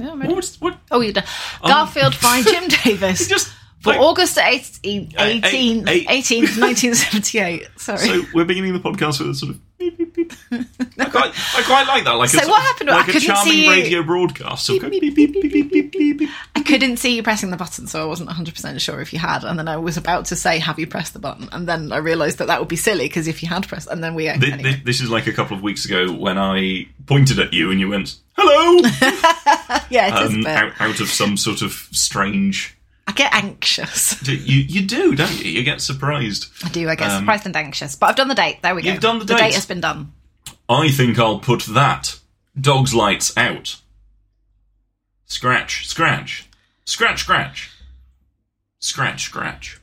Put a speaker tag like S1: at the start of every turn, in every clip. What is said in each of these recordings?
S1: I'm ready.
S2: What? was- what?
S1: Oh, you're done. Garfield find Jim
S2: He
S1: Davis.
S2: just
S1: for
S2: like-
S1: August e, 18th,
S2: Eh, eh,
S1: 18th,
S2: eh.
S1: 18th 1978. Sorry.
S2: So
S1: So,
S2: we're beginning the podcast with a sort of. Beep, beep, beep. I, quite, I quite like that. Like
S1: So
S2: a, sort
S1: what
S2: of-
S1: happened? I
S2: Like a
S1: couldn't
S2: charming
S1: see you.
S2: radio broadcast. So
S1: Beep,
S2: go
S1: beep,
S2: beep, beep, beep, beep, beep, beep, beep.
S1: I couldn't see you pressing the button, so I wasn't 100% sure if you had. And then I was about to say, Have you pressed the button? And then I realised that that would be silly because if you had pressed, and then we.
S2: Thi-
S1: anyway.
S2: thi- This is like a couple of weeks ago when I pointed at you and you went, "Hello,"
S1: yeah, it is a
S2: um,
S1: bit.
S2: out, out of some sort of strange.
S1: I get anxious.
S2: You you do, don't you? You get surprised.
S1: I do, I get
S2: Um,
S1: surprised and anxious. But I've done the date. There we go.
S2: You've done the
S1: The
S2: date.
S1: date has been done.
S2: I think I'll put that dog's lights out. Scratch, scratch, scratch, scratch, scratch, scratch.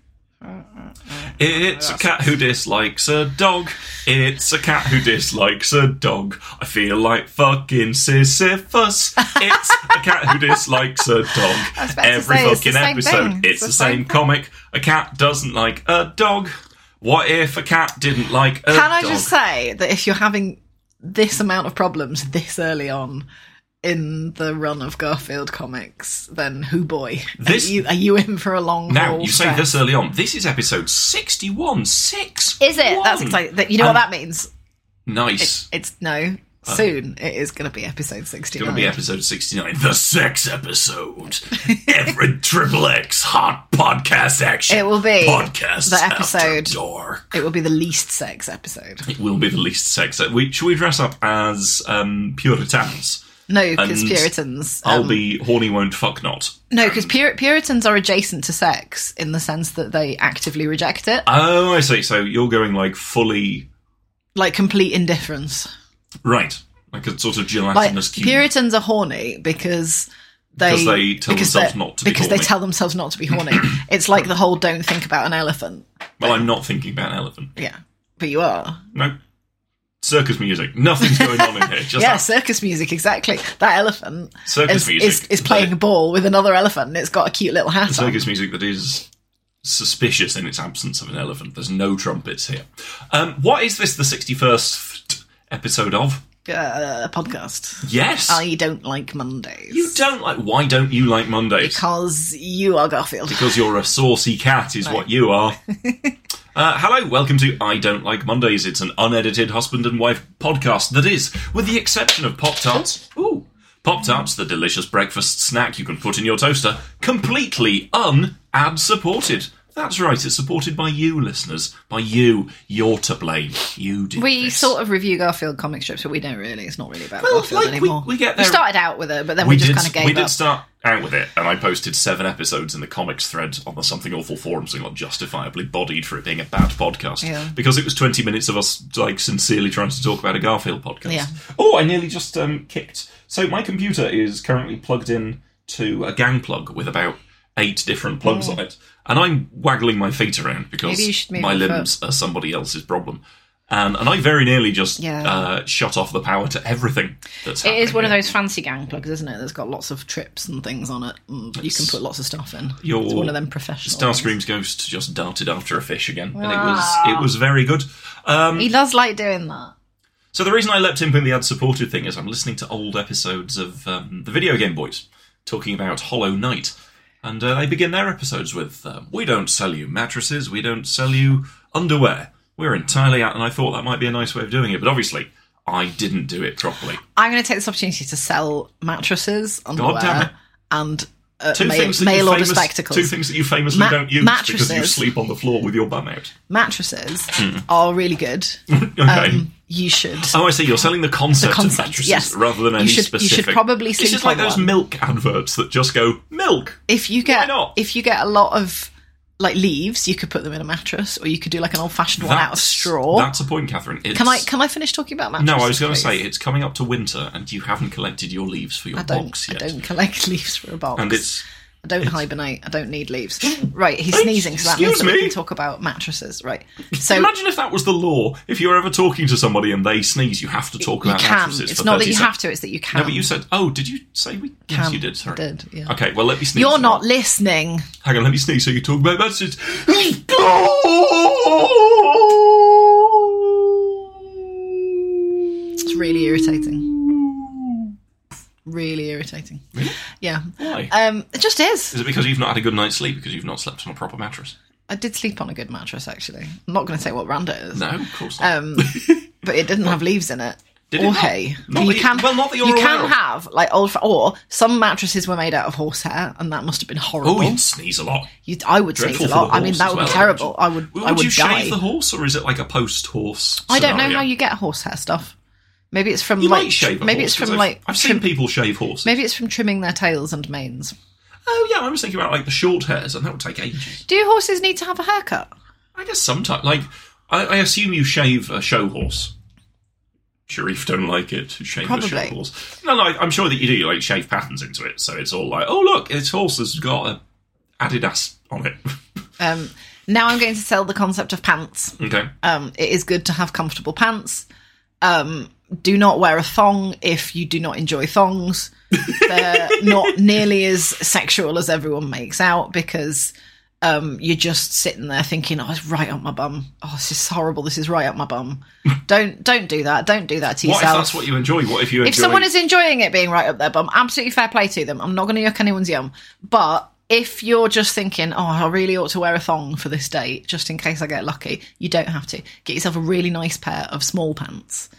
S2: It's a cat who dislikes a dog. It's a cat who dislikes a dog. I feel like fucking Sisyphus. It's a cat who dislikes a dog.
S1: was about to
S2: Every
S1: say, it's the
S2: fucking
S1: same
S2: episode,
S1: thing.
S2: it's, the, same,
S1: thing.
S2: comic. A cat doesn't like a dog. What if a cat didn't like a
S1: Can I
S2: dog?
S1: just say that if you're having this amount of problems this early on in the run of Garfield comics, then who boy?
S2: This-
S1: are, you, are you in for a long
S2: Now
S1: haul
S2: you say
S1: stress?
S2: this early on. This is episode sixty-one. Six
S1: Is it? That's exciting. That- You know what
S2: Um,
S1: that means?
S2: Nice.
S1: It's no. Soon it is going to be episode
S2: It's
S1: 69.
S2: going to be episode sixty-nine, the sex episode. Every triple X hot podcast action.
S1: It will be
S2: podcast
S1: the
S2: After
S1: episode.
S2: dark.
S1: it will be the least sex episode.
S2: It will be the least sex. We, should we dress up as um, Puritans?
S1: No, because
S2: And
S1: Puritans.
S2: I'll
S1: um,
S2: be horny, won't fuck not.
S1: No, because Pur- Puritans are adjacent to sex in the sense that they actively reject it,
S2: Oh, I see. So you're going like fully
S1: like complete indifference.
S2: right, like a sort of
S1: Like
S2: gelatinous cube.
S1: Puritans are horny because they
S2: Because they tell themselves
S1: they-
S2: not to be
S1: because they
S2: horny.
S1: tell themselves not to be horny. it's like the whole "don't think about an elephant."
S2: well, I'm not thinking about an elephant.
S1: Yeah, but you are.
S2: No. Circus music. Nothing's going on in here. Just
S1: yeah, circus music exactly. That elephant
S2: Circus
S1: is,
S2: music.
S1: is is playing a ball with another elephant. and It's got a cute little hat on.
S2: circus music that is suspicious in its absence of an elephant. There's no trumpets here. Um, what is this? The sixty-first episode of?
S1: Uh, a podcast.
S2: Yes.
S1: I don't like Mondays
S2: you don't like. Why don't you like Mondays?
S1: because you are Garfield.
S2: Because you're a saucy cat, is what you are. Uh, hello, welcome to I Don't Like Mondays. It's an unedited husband and wife podcast that is, with the exception of Pop Tarts, ooh, Pop Tarts, the delicious breakfast snack you can put in your toaster, completely un ad supported. That's right, it's supported by you, listeners. By you. You're to blame. You did.
S1: We
S2: this.
S1: sort of review Garfield comic strips, but we don't really. It's not really about
S2: Well,
S1: Garfield
S2: like, we-
S1: anymore.
S2: we get there-
S1: started out with it, but then we,
S2: we
S1: just
S2: did,
S1: kind of gave
S2: we did
S1: up.
S2: start out with it, and I posted seven episodes in the comics thread on the Something Awful forums and got justifiably bodied for it being a bad podcast
S1: Yeah.
S2: because it was twenty minutes of us like sincerely trying to talk about a Garfield podcast.
S1: Yeah.
S2: Oh, I nearly just um, kicked. So my computer is currently plugged in to a gang plug with about eight different plugs on it, and I'm waggling my feet around
S1: Mm. Maybe you
S2: because
S1: should move
S2: my
S1: your foot.
S2: limbs are somebody else's problem. And, and I very nearly just
S1: Yeah.
S2: uh, shut off the power to everything that's
S1: It
S2: happening.
S1: is one of
S2: here.
S1: those fancy gang plugs, isn't it? That's got lots of trips and things on it. And you can put lots of stuff in.
S2: Your
S1: it's one of them professional. ones.
S2: Starscream's ghost just darted after a fish again, and it was it was very good. Um,
S1: He does like doing that.
S2: so the reason I leapt in with the ad-supported thing is I'm listening to old episodes of um, the Video Game Boys talking about Hollow Knight, and uh, they begin their episodes with um, "We don't sell you mattresses, we don't sell you underwear, we're entirely out." And I thought that might be a nice way of doing it, but obviously I didn't do it properly.
S1: I'm going to take this opportunity to sell mattresses, underwear,
S2: damn it.
S1: and uh,
S2: Two
S1: mail,
S2: things that
S1: mail
S2: you
S1: order
S2: famous,
S1: spectacles.
S2: Two things that you famously
S1: Ma-
S2: don't use because you
S1: mattresses.
S2: sleep on the floor with your bum out.
S1: mattresses are really good.
S2: Hmm. Okay.
S1: Um, you should.
S2: Oh, I see. You're selling the concept,
S1: The concept,
S2: of mattresses
S1: yes.
S2: rather than
S1: You
S2: any
S1: should- you should
S2: specific.
S1: probably
S2: It's
S1: sleep
S2: just like
S1: on
S2: those
S1: one.
S2: milk adverts that just go milk.
S1: if you get
S2: not?
S1: if you get a lot of like leaves, you could put them in a mattress, or you could do like an old fashioned one out of
S2: That's-
S1: straw.
S2: That's a point, Catherine. It's,
S1: Can I can I finish talking about mattresses?
S2: no, I was going to
S1: please?
S2: say it's coming up to winter, and you haven't collected your leaves for your
S1: I don't
S2: box
S1: I
S2: yet.
S1: don't collect leaves for a box.
S2: And it's
S1: I don't hibernate. I don't need leaves. Right, he's sneezing, so that
S2: excuse
S1: means that we
S2: me.
S1: can talk about mattresses. Right, so
S2: imagine if that was the law. If you're ever talking to somebody and they sneeze, you have to talk
S1: you
S2: about
S1: can.
S2: mattresses.
S1: It's
S2: for
S1: not that
S2: 30
S1: you
S2: sec-
S1: have to. It's that you can.
S2: No, but you said. Oh, did you say we? Yes,
S1: Can.
S2: you did. Sorry.
S1: I did, yeah.
S2: Okay. Well, let me sneeze.
S1: You're
S2: and
S1: not
S2: I'll-
S1: listening.
S2: Hang on. Let me sneeze so you can talk about mattresses.
S1: It's really irritating. really irritating.
S2: Really?
S1: Yeah.
S2: Why?
S1: Um, it just is.
S2: Is it because you've not had a good night's sleep because you've not slept on a proper mattress?
S1: I did sleep on a good mattress, actually. I'm not going to say what brand it is,
S2: No, of course not.
S1: um, but it didn't have leaves in it.
S2: Did it
S1: or
S2: not?
S1: hay.
S2: Not
S1: you
S2: that you-
S1: can,
S2: well, not that you're
S1: you
S2: aware
S1: can
S2: of.
S1: have like old, or some mattresses were made out of horsehair, and that must have been horrible.
S2: oh, you'd sneeze a lot.
S1: You- I would sneeze
S2: Dreadful
S1: a
S2: for the
S1: lot. I mean,
S2: horse
S1: that
S2: as
S1: would be
S2: well,
S1: terrible. I would,
S2: Would
S1: I would
S2: you
S1: die.
S2: shave the horse, or is it like a post-horse?
S1: I don't know
S2: scenario?
S1: how you get horsehair stuff. Maybe it's from
S2: You
S1: like
S2: might shave. A
S1: maybe
S2: horse,
S1: it's
S2: 'cause
S1: from
S2: I've-
S1: like
S2: I've
S1: trim-
S2: seen people shave horses.
S1: maybe it's from trimming their tails and manes.
S2: Oh yeah, I was thinking about like the short hairs, and that would take ages.
S1: Do horses need to have a haircut?
S2: I guess sometimes, like, I, I assume you shave a show horse. Sharif don't like it. Shave a show
S1: Probably.
S2: horse. No, no, I- I'm sure that you do. You like shave patterns into it, so it's all like, oh look, its horse has got a Adidas on it.
S1: Um, now I'm going to sell the concept of pants.
S2: okay.
S1: Um, it is good to have comfortable pants. Um, do not wear a thong if you do not enjoy thongs. They're not nearly as sexual as everyone makes out because um, you're just sitting there thinking, "Oh, it's right up my bum. Oh, this is horrible. This is right up my bum." don't don't do that. Don't do that to
S2: What if
S1: yourself.
S2: that's what you enjoy? What if you enjoy?
S1: if someone is enjoying it being right up their bum, absolutely fair play to them. I'm not going to yuck anyone's yum. But if you're just thinking, oh, I really ought to wear a thong for this date, just in case I get lucky, you don't have to. Get yourself a really nice pair of small pants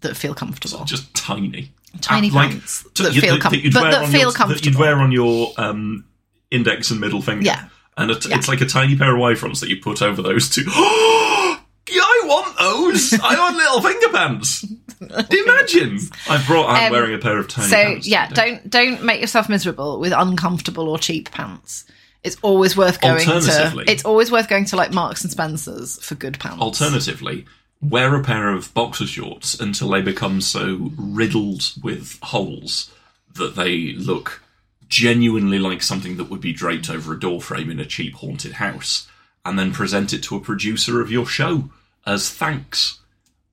S1: that feel comfortable.
S2: just tiny,
S1: Tiny
S2: Uh, like,
S1: pants
S2: to-
S1: that
S2: you-
S1: feel com-
S2: you'd
S1: but
S2: wear
S1: that
S2: on
S1: feel
S2: your, That you'd
S1: comfortable.
S2: wear on your um, index and middle finger.
S1: Yeah.
S2: and it- it's like a tiny pair of Y fronts that you put over those two. Yeah, I want those. I want little finger pants. Imagine I've brought. I'm
S1: Um,
S2: wearing a pair of tiny
S1: So
S2: pants.
S1: yeah, don't don't make yourself miserable with uncomfortable or cheap pants. It's always worth going to.
S2: Alternatively-
S1: It's always worth going to like Marks and Spencers for good pants.
S2: Alternatively, wear a pair of boxer shorts until they become so riddled with holes that they look genuinely like something that would be draped over a door frame in a cheap haunted house, and then present it to a producer of your show as thanks.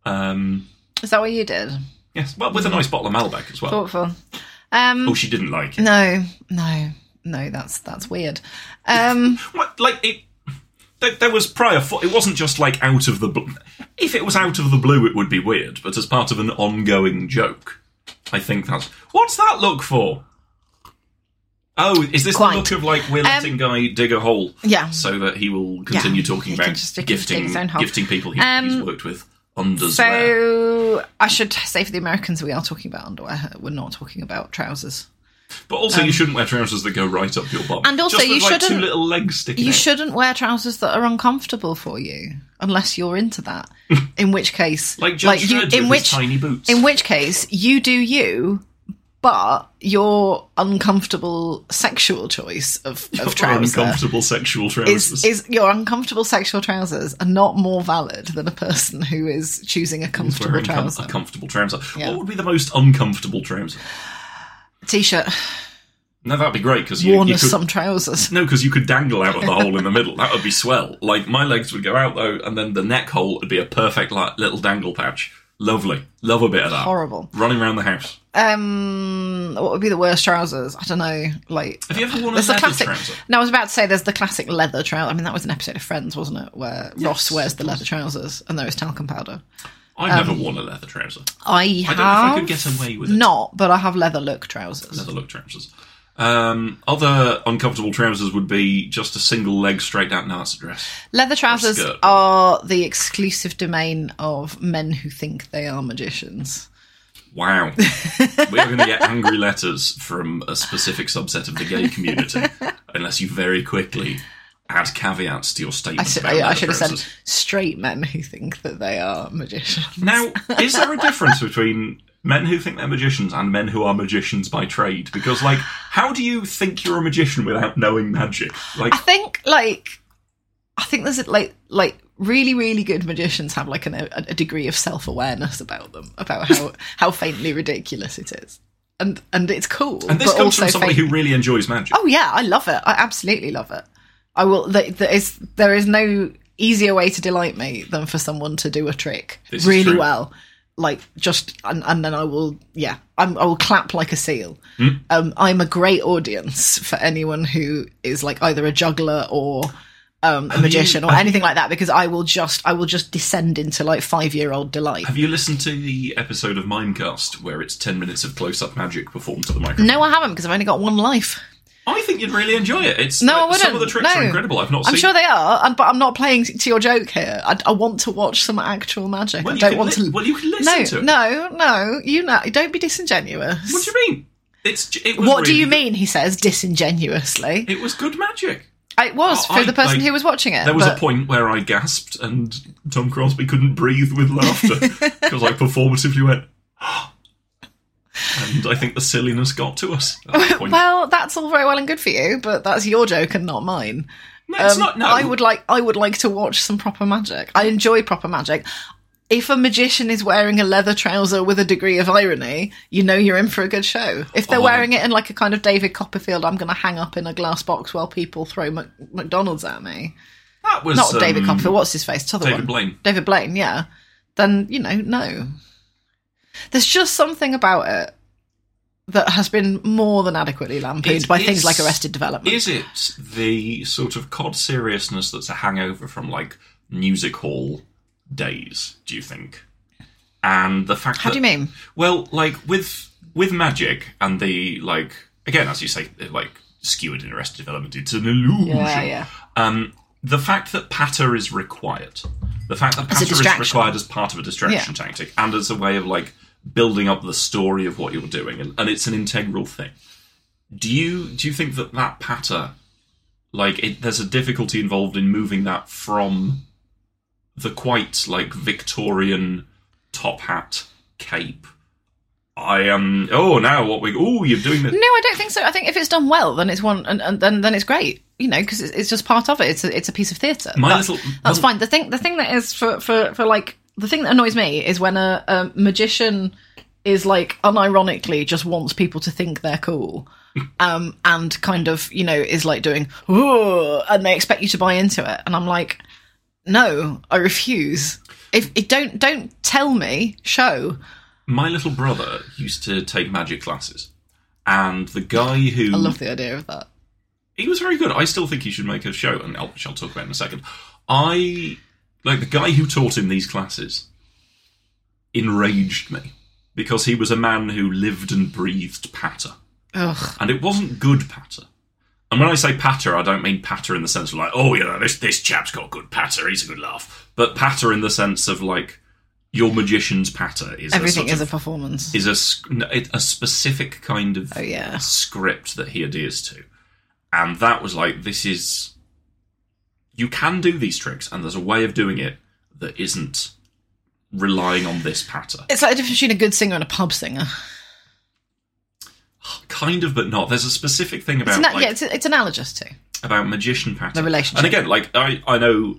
S2: Um,
S1: Is that what you did?
S2: yes, but with a nice bottle of Malbec as well.
S1: Thoughtful. Um,
S2: Oh, she didn't like it.
S1: No, no, no. That's that's weird. Um,
S2: What, like it. There, there was prior. Fo- it wasn't just like out of the. Bl- if it was out of the blue, it would be weird. But as part of an ongoing joke, I think that's. What's that look for? Oh, is this
S1: Quite.
S2: the look of like we're letting guy dig a hole?
S1: Um, Yeah.
S2: So that he will continue talking
S1: he can
S2: about
S1: just stick his- dig
S2: gifting
S1: his own hole.
S2: gifting people he, he's
S1: Um,
S2: worked with underwear.
S1: so I should say for the Americans, we are talking about underwear. We're not talking about trousers.
S2: but also, you shouldn't wear trousers that go right up your bum.
S1: um, and also
S2: Just with,
S1: you
S2: like, two
S1: shouldn't-
S2: little legs sticking.
S1: You
S2: out.
S1: shouldn't wear trousers that are uncomfortable for you, unless you're into that. In which case,
S2: like Judge
S1: you,
S2: Dredd
S1: in
S2: with
S1: which
S2: his tiny boots.
S1: in which case you do you. But your uncomfortable sexual choice of, of trouser
S2: uncomfortable sexual trousers.
S1: is is your uncomfortable sexual trousers are not more valid than a person who is choosing a comfortable
S2: wearing com-
S1: trouser
S2: a comfortable trouser.
S1: Yeah.
S2: What would be the most uncomfortable trouser?
S1: t-shirt
S2: No, that'd be great because you,
S1: worn
S2: you
S1: as
S2: could.
S1: some trousers
S2: No, because you could dangle out of the hole in the middle. That would be swell. Like my legs would go out though, and then the neck hole would be a perfect like, little dangle pouch. Lovely, love a bit of that.
S1: horrible
S2: Running around the house.
S1: um what would be the worst trousers i don't know like
S2: Have you ever worn a
S1: there's the
S2: leather
S1: classic
S2: trouser?
S1: no i was about to say there's the classic leather trouser i mean that was an episode of friends wasn't it where ross wears the leather trousers and there is talcum powder
S2: I've
S1: um,
S2: never worn a leather trouser.
S1: i have
S2: I don't know if I could get away with it.
S1: not but i have leather look trousers
S2: Leather look trousers. Um, other uncomfortable trousers would be just a single leg straight out Nazi dress.
S1: Leather trousers
S2: skirt.
S1: are the exclusive domain of men who think they are magicians.
S2: Wow. We're going to get angry letters from a specific subset of the gay community unless you very quickly add caveats to your
S1: I,
S2: statement.
S1: should-
S2: about
S1: I
S2: leather
S1: should have said
S2: trousers.
S1: straight men who think that they are magicians.
S2: Now, is there a difference between men who think they're magicians and men who are magicians by trade? Because, like, how do you think you're a magician without knowing magic? Like,
S1: I think like I think there's like like really really good magicians have like an, a, a degree of self awareness about them about how how faintly ridiculous it is, and and it's cool.
S2: and this
S1: but
S2: comes
S1: also
S2: from somebody
S1: faint-
S2: who really enjoys magic.
S1: Oh yeah, I love it. I absolutely love it. I will. There, there is there is no easier way to delight me than for someone to do a trick
S2: This is
S1: really
S2: true.
S1: well, like just and, and then I will yeah I'm, I will clap like a seal.
S2: Hmm?
S1: Um, I'm a great audience for anyone who is like either a juggler or um, a
S2: you-
S1: magician or
S2: have-
S1: anything like that because I will just I will just descend into like five year old delight.
S2: Have you listened to the episode of Mimecast where it's 10 minutes of close up magic performed to the microphone?
S1: No, I haven't because I've only got one life.
S2: I think you'd really enjoy it. It's
S1: No, I
S2: like, Some of the
S1: wouldn't.
S2: tricks are
S1: No.
S2: incredible. I've not
S1: I'm
S2: seen
S1: sure they are, and- but I'm not playing to your joke here. I, I want to watch some actual magic.
S2: Well,
S1: I
S2: you
S1: don't
S2: can
S1: want
S2: li-
S1: to.
S2: well, you can listen
S1: no,
S2: to it.
S1: no, no. You know, don't be disingenuous.
S2: What do you mean? It's j- it was
S1: What do
S2: really
S1: you
S2: good-
S1: mean? He says disingenuously.
S2: It was good magic.
S1: It was
S2: Uh, I-
S1: for the person
S2: I-
S1: who was watching it.
S2: There was
S1: but-
S2: a point where I gasped and Tom Crosby couldn't breathe with laughter because I performatively went. and I think the silliness got to us. At that point.
S1: Well, that's all very well and good for you, but that's your joke and not mine.
S2: no, it's
S1: Um,
S2: not. No,
S1: I would like I would like to watch some proper magic. I enjoy proper magic. If a magician is wearing a leather trouser with a degree of irony, you know you're in for a good show. If they're
S2: Oh, I-
S1: wearing it in like a kind of David Copperfield, I'm going to hang up in a glass box while people throw Mac- McDonald's at me.
S2: that was
S1: Not David
S2: um,
S1: Copperfield. What's his face? The other
S2: David
S1: one.
S2: Blaine.
S1: David Blaine, yeah, then you know, no. There's just something about it that has been more than adequately lampooned
S2: It
S1: by
S2: is-
S1: things like Arrested Development.
S2: Is it the sort of cod seriousness that's a hangover from like music hall days? Do you think? And the fact
S1: How
S2: that,
S1: do you mean?
S2: Well, like with with magic and the like again, as you say, like skewered in Arrested Development, it's an illusion.
S1: Yeah, yeah.
S2: Um, the fact that patter is required, the fact that
S1: As a
S2: patter is
S1: distraction.
S2: required as part of a distraction tactic and as a way of like building up the story of what you're doing, and, and it's an integral thing. Do you do you think that that patter, like, it, there's a difficulty involved in moving that from the quite like Victorian top hat cape? I am. Oh, now what we? Oh, you're doing this.
S1: No, I don't think so. I think if it's done well, then it's one, and, and then then it's great. You know, because it's, it's just part of it. It's a, it's a piece of theatre.
S2: My
S1: that's,
S2: little-
S1: that's fine. The thing the thing that is for for for like the thing that annoys me is when a, a magician is like unironically just wants people to think they're cool. Um, and kind of, you know, is like doing, "Ooh," and they expect you to buy into it. And I'm like, no, I refuse. If it don't, don't tell me, show.
S2: My little brother used to take magic classes, and the guy who
S1: I love the idea of that.
S2: he was very good. I still think he should make a show, and I'll, which I'll talk about in a second. I like the guy who taught him these classes enraged me because he was a man who lived and breathed patter,
S1: Ugh.
S2: and it wasn't good patter. And when I say patter, I don't mean patter in the sense of like, oh, you know, this this chap's got good patter, he's a good laugh, but patter in the sense of like your magician's patter is
S1: Everything
S2: a sort
S1: is
S2: of
S1: a performance.
S2: is a sc- n- it- a specific kind of
S1: Oh, yeah.
S2: script that he adheres to, and that was like this is you can do these tricks, and there's a way of doing it that isn't relying on this patter.
S1: It's like the difference between a good singer and a pub singer.
S2: Kind of, but not. There's a specific thing
S1: It's
S2: about
S1: ana-
S2: like,
S1: yeah, it's, it's analogous to.
S2: about magician pattern.
S1: The relationship.
S2: And again, like I, I know,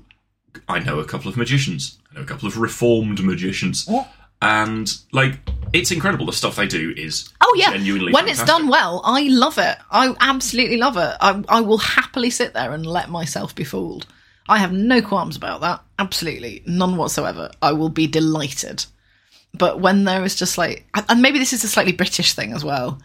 S2: I know a couple of magicians. I know a couple of reformed magicians, and like it's incredible. The stuff they do is
S1: Oh yeah,
S2: genuinely
S1: when it's
S2: fantastic.
S1: done well, I love it. I absolutely love it. I, I will happily sit there and let myself be fooled. I have no qualms about that. Absolutely none whatsoever. I will be delighted. But when there is just like, and maybe this is a slightly British thing as well.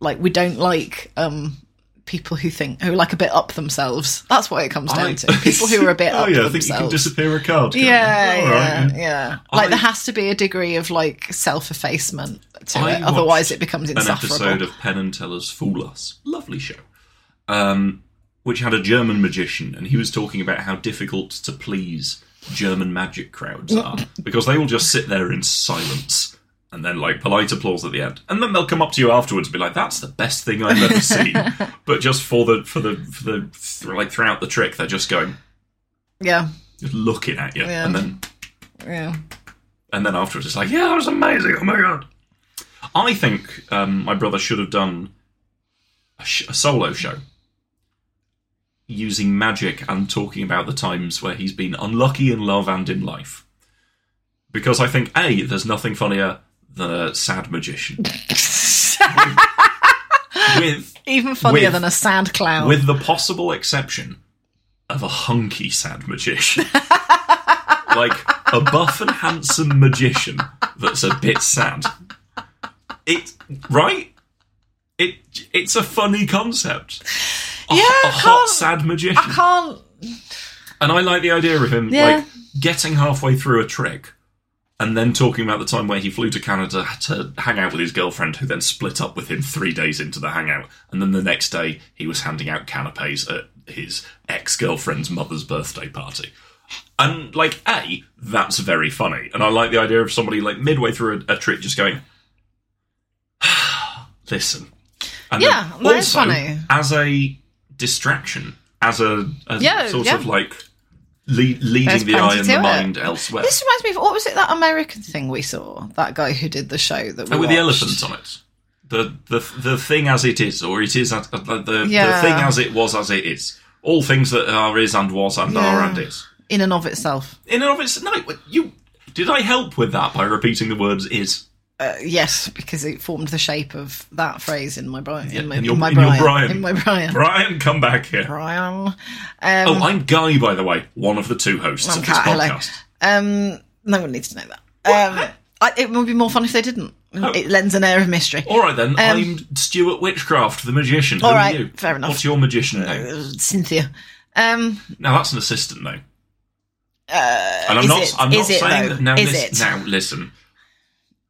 S1: Like we don't like um, people who think who are like a bit up themselves. That's what it comes down
S2: I-
S1: to. People who are a bit
S2: oh
S1: up
S2: yeah, I
S1: themselves.
S2: think you can disappear a card. can't you?
S1: Yeah,
S2: All
S1: yeah,
S2: right,
S1: yeah. Like
S2: I-
S1: there has to be a degree of like self-effacement to
S2: I
S1: it, otherwise
S2: watched
S1: it becomes
S2: An episode
S1: insufferable.
S2: of Penn and Teller's Fool Us, lovely show, um, which had a German magician, and he was talking about how difficult to please German magic crowds are because they will just sit there in silence. And then, like, polite applause at the end, and then they'll come up to you afterwards and be like, "That's the best thing I've ever seen." but just for the for the for the th- like throughout the trick, they're just going,
S1: Yeah,
S2: just looking at you,
S1: Yeah.
S2: and then
S1: yeah.
S2: and then afterwards it's like, yeah, that was amazing. Oh my god. I think um, my brother should have done a, sh- a solo show using magic and talking about the times where he's been unlucky in love and in life. Because I think a there's nothing funnier than a sad magician with
S1: Even funnier
S2: With-
S1: than a sad clown.
S2: with the possible exception of a hunky sad magician. like a buff and handsome magician that's a bit sad. It right? It it's a funny concept. A,
S1: Yeah,
S2: a
S1: I
S2: hot
S1: can't-
S2: sad magician.
S1: I can't.
S2: And I like the idea of him
S1: Yeah.
S2: like getting halfway through a trick and then talking about the time where he flew to Canada to hang out with his girlfriend, who then split up with him three days into the hangout. And then the next day, he was handing out canapes at his ex girlfriend's mother's birthday party. And like, a that's very funny, and I like the idea of somebody like midway through a, a trick just going, "Listen," and
S1: Yeah,
S2: then
S1: that is
S2: also,
S1: funny.
S2: as a distraction, as a as
S1: Yeah,
S2: sort
S1: yeah.
S2: of like le- leading
S1: There's
S2: the eye
S1: plenty
S2: and
S1: to
S2: the
S1: it.
S2: mind elsewhere.
S1: This reminds me of what was it that American thing we saw? That guy who did the show that we
S2: Oh, with the
S1: watched.
S2: elephants on it. The, the the thing as it is, or it is as, uh, the, the,
S1: Yeah.
S2: the thing as it was as it is. All things that are is and was and are
S1: Yeah.
S2: and is.
S1: in and of itself.
S2: In and of itself, no. You did I help with that by repeating the words is
S1: Uh, yes, because it formed the shape of that phrase in my Brian. in my,
S2: in your-
S1: in my
S2: in your
S1: Brian,
S2: Brian.
S1: In my Brian.
S2: Brian? Come back here.
S1: Brian. Um,
S2: Oh, I'm Guy, by the way, one of the two hosts of this
S1: Okay, hello.
S2: podcast.
S1: Um, no one needs to know that. Um, I, it would be more fun if they didn't.
S2: Oh.
S1: It lends an air of mystery.
S2: All right then, I'm Stuart Witchcraft, the magician. Who
S1: Um, all
S2: are
S1: right,
S2: you?
S1: fair enough.
S2: What's your magician name?
S1: Uh, Cynthia. Um,
S2: Now that's an assistant though. and I'm
S1: Uh, is
S2: not.
S1: it-
S2: I'm
S1: is
S2: not
S1: it,
S2: saying
S1: though?
S2: that. Now,
S1: Is
S2: lis-
S1: it?
S2: now listen.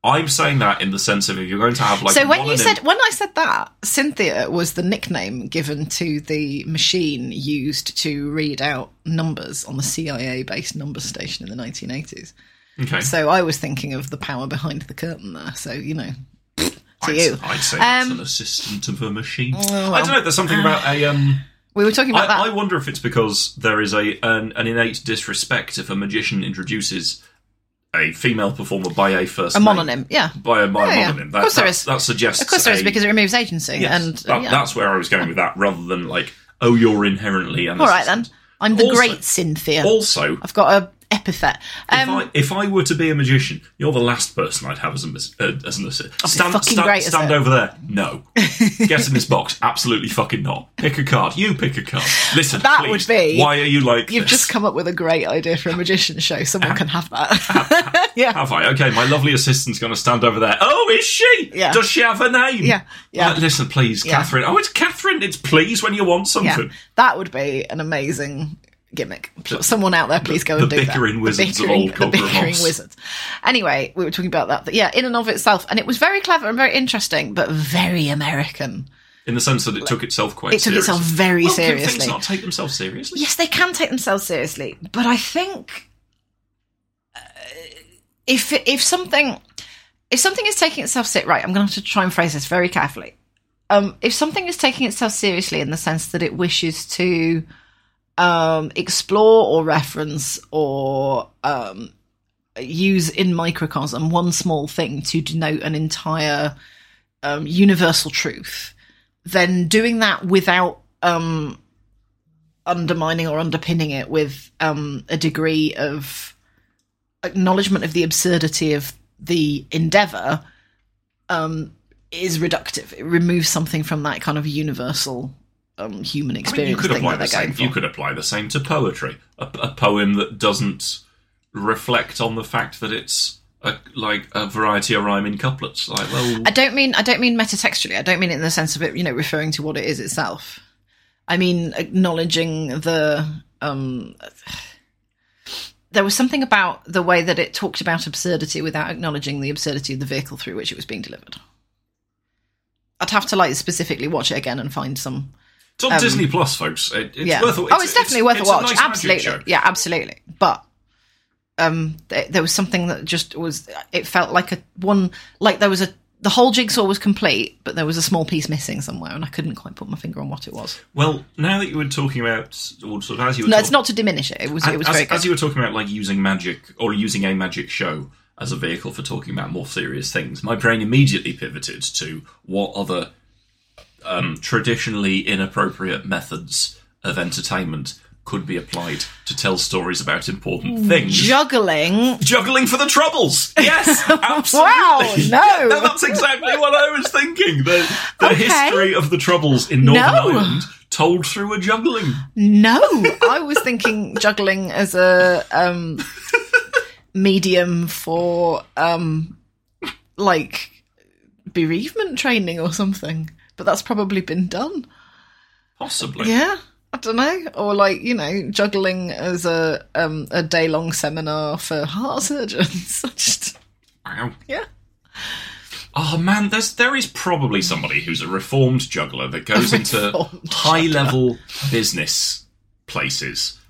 S2: I'm saying that in the sense of if you're going to have like
S1: so when
S2: one
S1: you
S2: and
S1: said when I said that, Cynthia was the nickname given to the machine used to read out numbers on the CIA-based number station in the 1980s.
S2: okay,
S1: So I was thinking of the power behind the curtain there. So you know, to
S2: I'd,
S1: you.
S2: I'd say that's
S1: Um, oh,
S2: an assistant of a machine.
S1: well. Uh-huh.
S2: I don't know. There's something about a. Um,
S1: We were talking about that.
S2: I, I wonder if it's because there is a an, an innate disrespect if a magician introduces a female performer by a first
S1: a
S2: name.
S1: mononym, yeah.
S2: by a by a
S1: Yeah, yeah.
S2: mononym.
S1: Of
S2: That,
S1: course
S2: that,
S1: there is.
S2: That suggests
S1: Of course, there is
S2: a-
S1: because it removes agency,
S2: yes,
S1: and
S2: that-
S1: yeah.
S2: that's where I was going with that, rather than like oh you're inherently an
S1: all right then.
S2: assistant.
S1: I'm the
S2: Also-
S1: great Cynthia.
S2: Also,
S1: I've got a epithet.
S2: If,
S1: Um,
S2: I, if I were to be a magician, you're the last person I'd have as, a, mis- uh, as an assistant. Stand,
S1: fucking
S2: stand,
S1: great at
S2: stand
S1: it.
S2: over there. No. Get in this box. Absolutely fucking not. Pick a card. You pick a card. Listen,
S1: That
S2: please,
S1: would be-
S2: Why are you like
S1: You've
S2: this?
S1: just come up with a great idea for a magician show. Someone can have that. yeah,
S2: Have I? Okay, my lovely assistant's going to stand over there. Oh, is she?
S1: Yeah.
S2: Does she have a name?
S1: Yeah, yeah.
S2: Uh, listen, please,
S1: Yeah.
S2: Catherine. Oh, it's Catherine. It's please when you want
S1: yeah.
S2: something.
S1: That would be an amazing gimmick. Someone out there, please go
S2: the
S1: and do
S2: bickering
S1: that.
S2: wizards of old
S1: the
S2: Cobra
S1: bickering
S2: Moss.
S1: wizards. Anyway, we were talking about that. But yeah, in and of itself, and it was very clever and very interesting, but very American.
S2: In the sense that it took itself quite
S1: It took
S2: seriously.
S1: itself very
S2: well, Can
S1: seriously.
S2: things not take themselves seriously?
S1: yes, they can take themselves seriously, but I think uh, if if something if something is taking itself seriously, right, I'm going to have to try and phrase this very carefully. Um, if something is taking itself seriously in the sense that it wishes to um, explore or reference or um, use in microcosm one small thing to denote an entire um, universal truth, then doing that without um, undermining or underpinning it with um, a degree of acknowledgement of the absurdity of the endeavor um, is reductive. It removes something from that kind of universal um, human
S2: I mean,
S1: experience
S2: you could
S1: thing
S2: apply
S1: that
S2: the
S1: they're going
S2: same.
S1: for.
S2: You could apply the same to poetry. A, a poem that doesn't reflect on the fact that it's a, like a variety of rhyme in couplets. Like, well,
S1: I don't mean I don't mean metatextually. I don't mean it in the sense of it, you know, referring to what it is itself. I mean acknowledging the um there was something about the way that it talked about absurdity without acknowledging the absurdity of the vehicle through which it was being delivered. I'd have to like specifically watch it again and find some.
S2: it's on Disney Plus, folks. It, it's
S1: Um, Yeah.
S2: worth. a-
S1: oh, it's definitely worth
S2: it's
S1: a watch.
S2: nice magic show.
S1: absolutely. Yeah, absolutely. But um th- there was something that just was it felt like a one like there was a the whole jigsaw was complete, but there was a small piece missing somewhere and I couldn't quite put my finger on what it was.
S2: Well, now that you were talking about, or sort of as you were
S1: No,
S2: talking,
S1: it's not to diminish it. It was it was
S2: as,
S1: very good.
S2: as you were talking about, like using magic or using a magic show as a vehicle for talking about more serious things, my brain immediately pivoted to what other um, traditionally inappropriate methods of entertainment could be applied to tell stories about
S1: Hmm.
S2: important things.
S1: Juggling.
S2: Juggling for the troubles. Yes, absolutely.
S1: Wow,
S2: Yeah,
S1: no.
S2: that's exactly what I was thinking. The, the
S1: Okay.
S2: history of the troubles in Northern
S1: No.
S2: Ireland told through a juggling.
S1: No, I was thinking juggling as a um, medium for um, like bereavement training or something, but that's probably been done.
S2: Possibly.
S1: Yeah, I don't know, or like you know, juggling as a um, a day long seminar for heart surgeons. I just,
S2: Wow.
S1: yeah,
S2: Oh man, there's there is probably somebody who's a reformed juggler that goes into
S1: Hmm. reformed
S2: high level business places,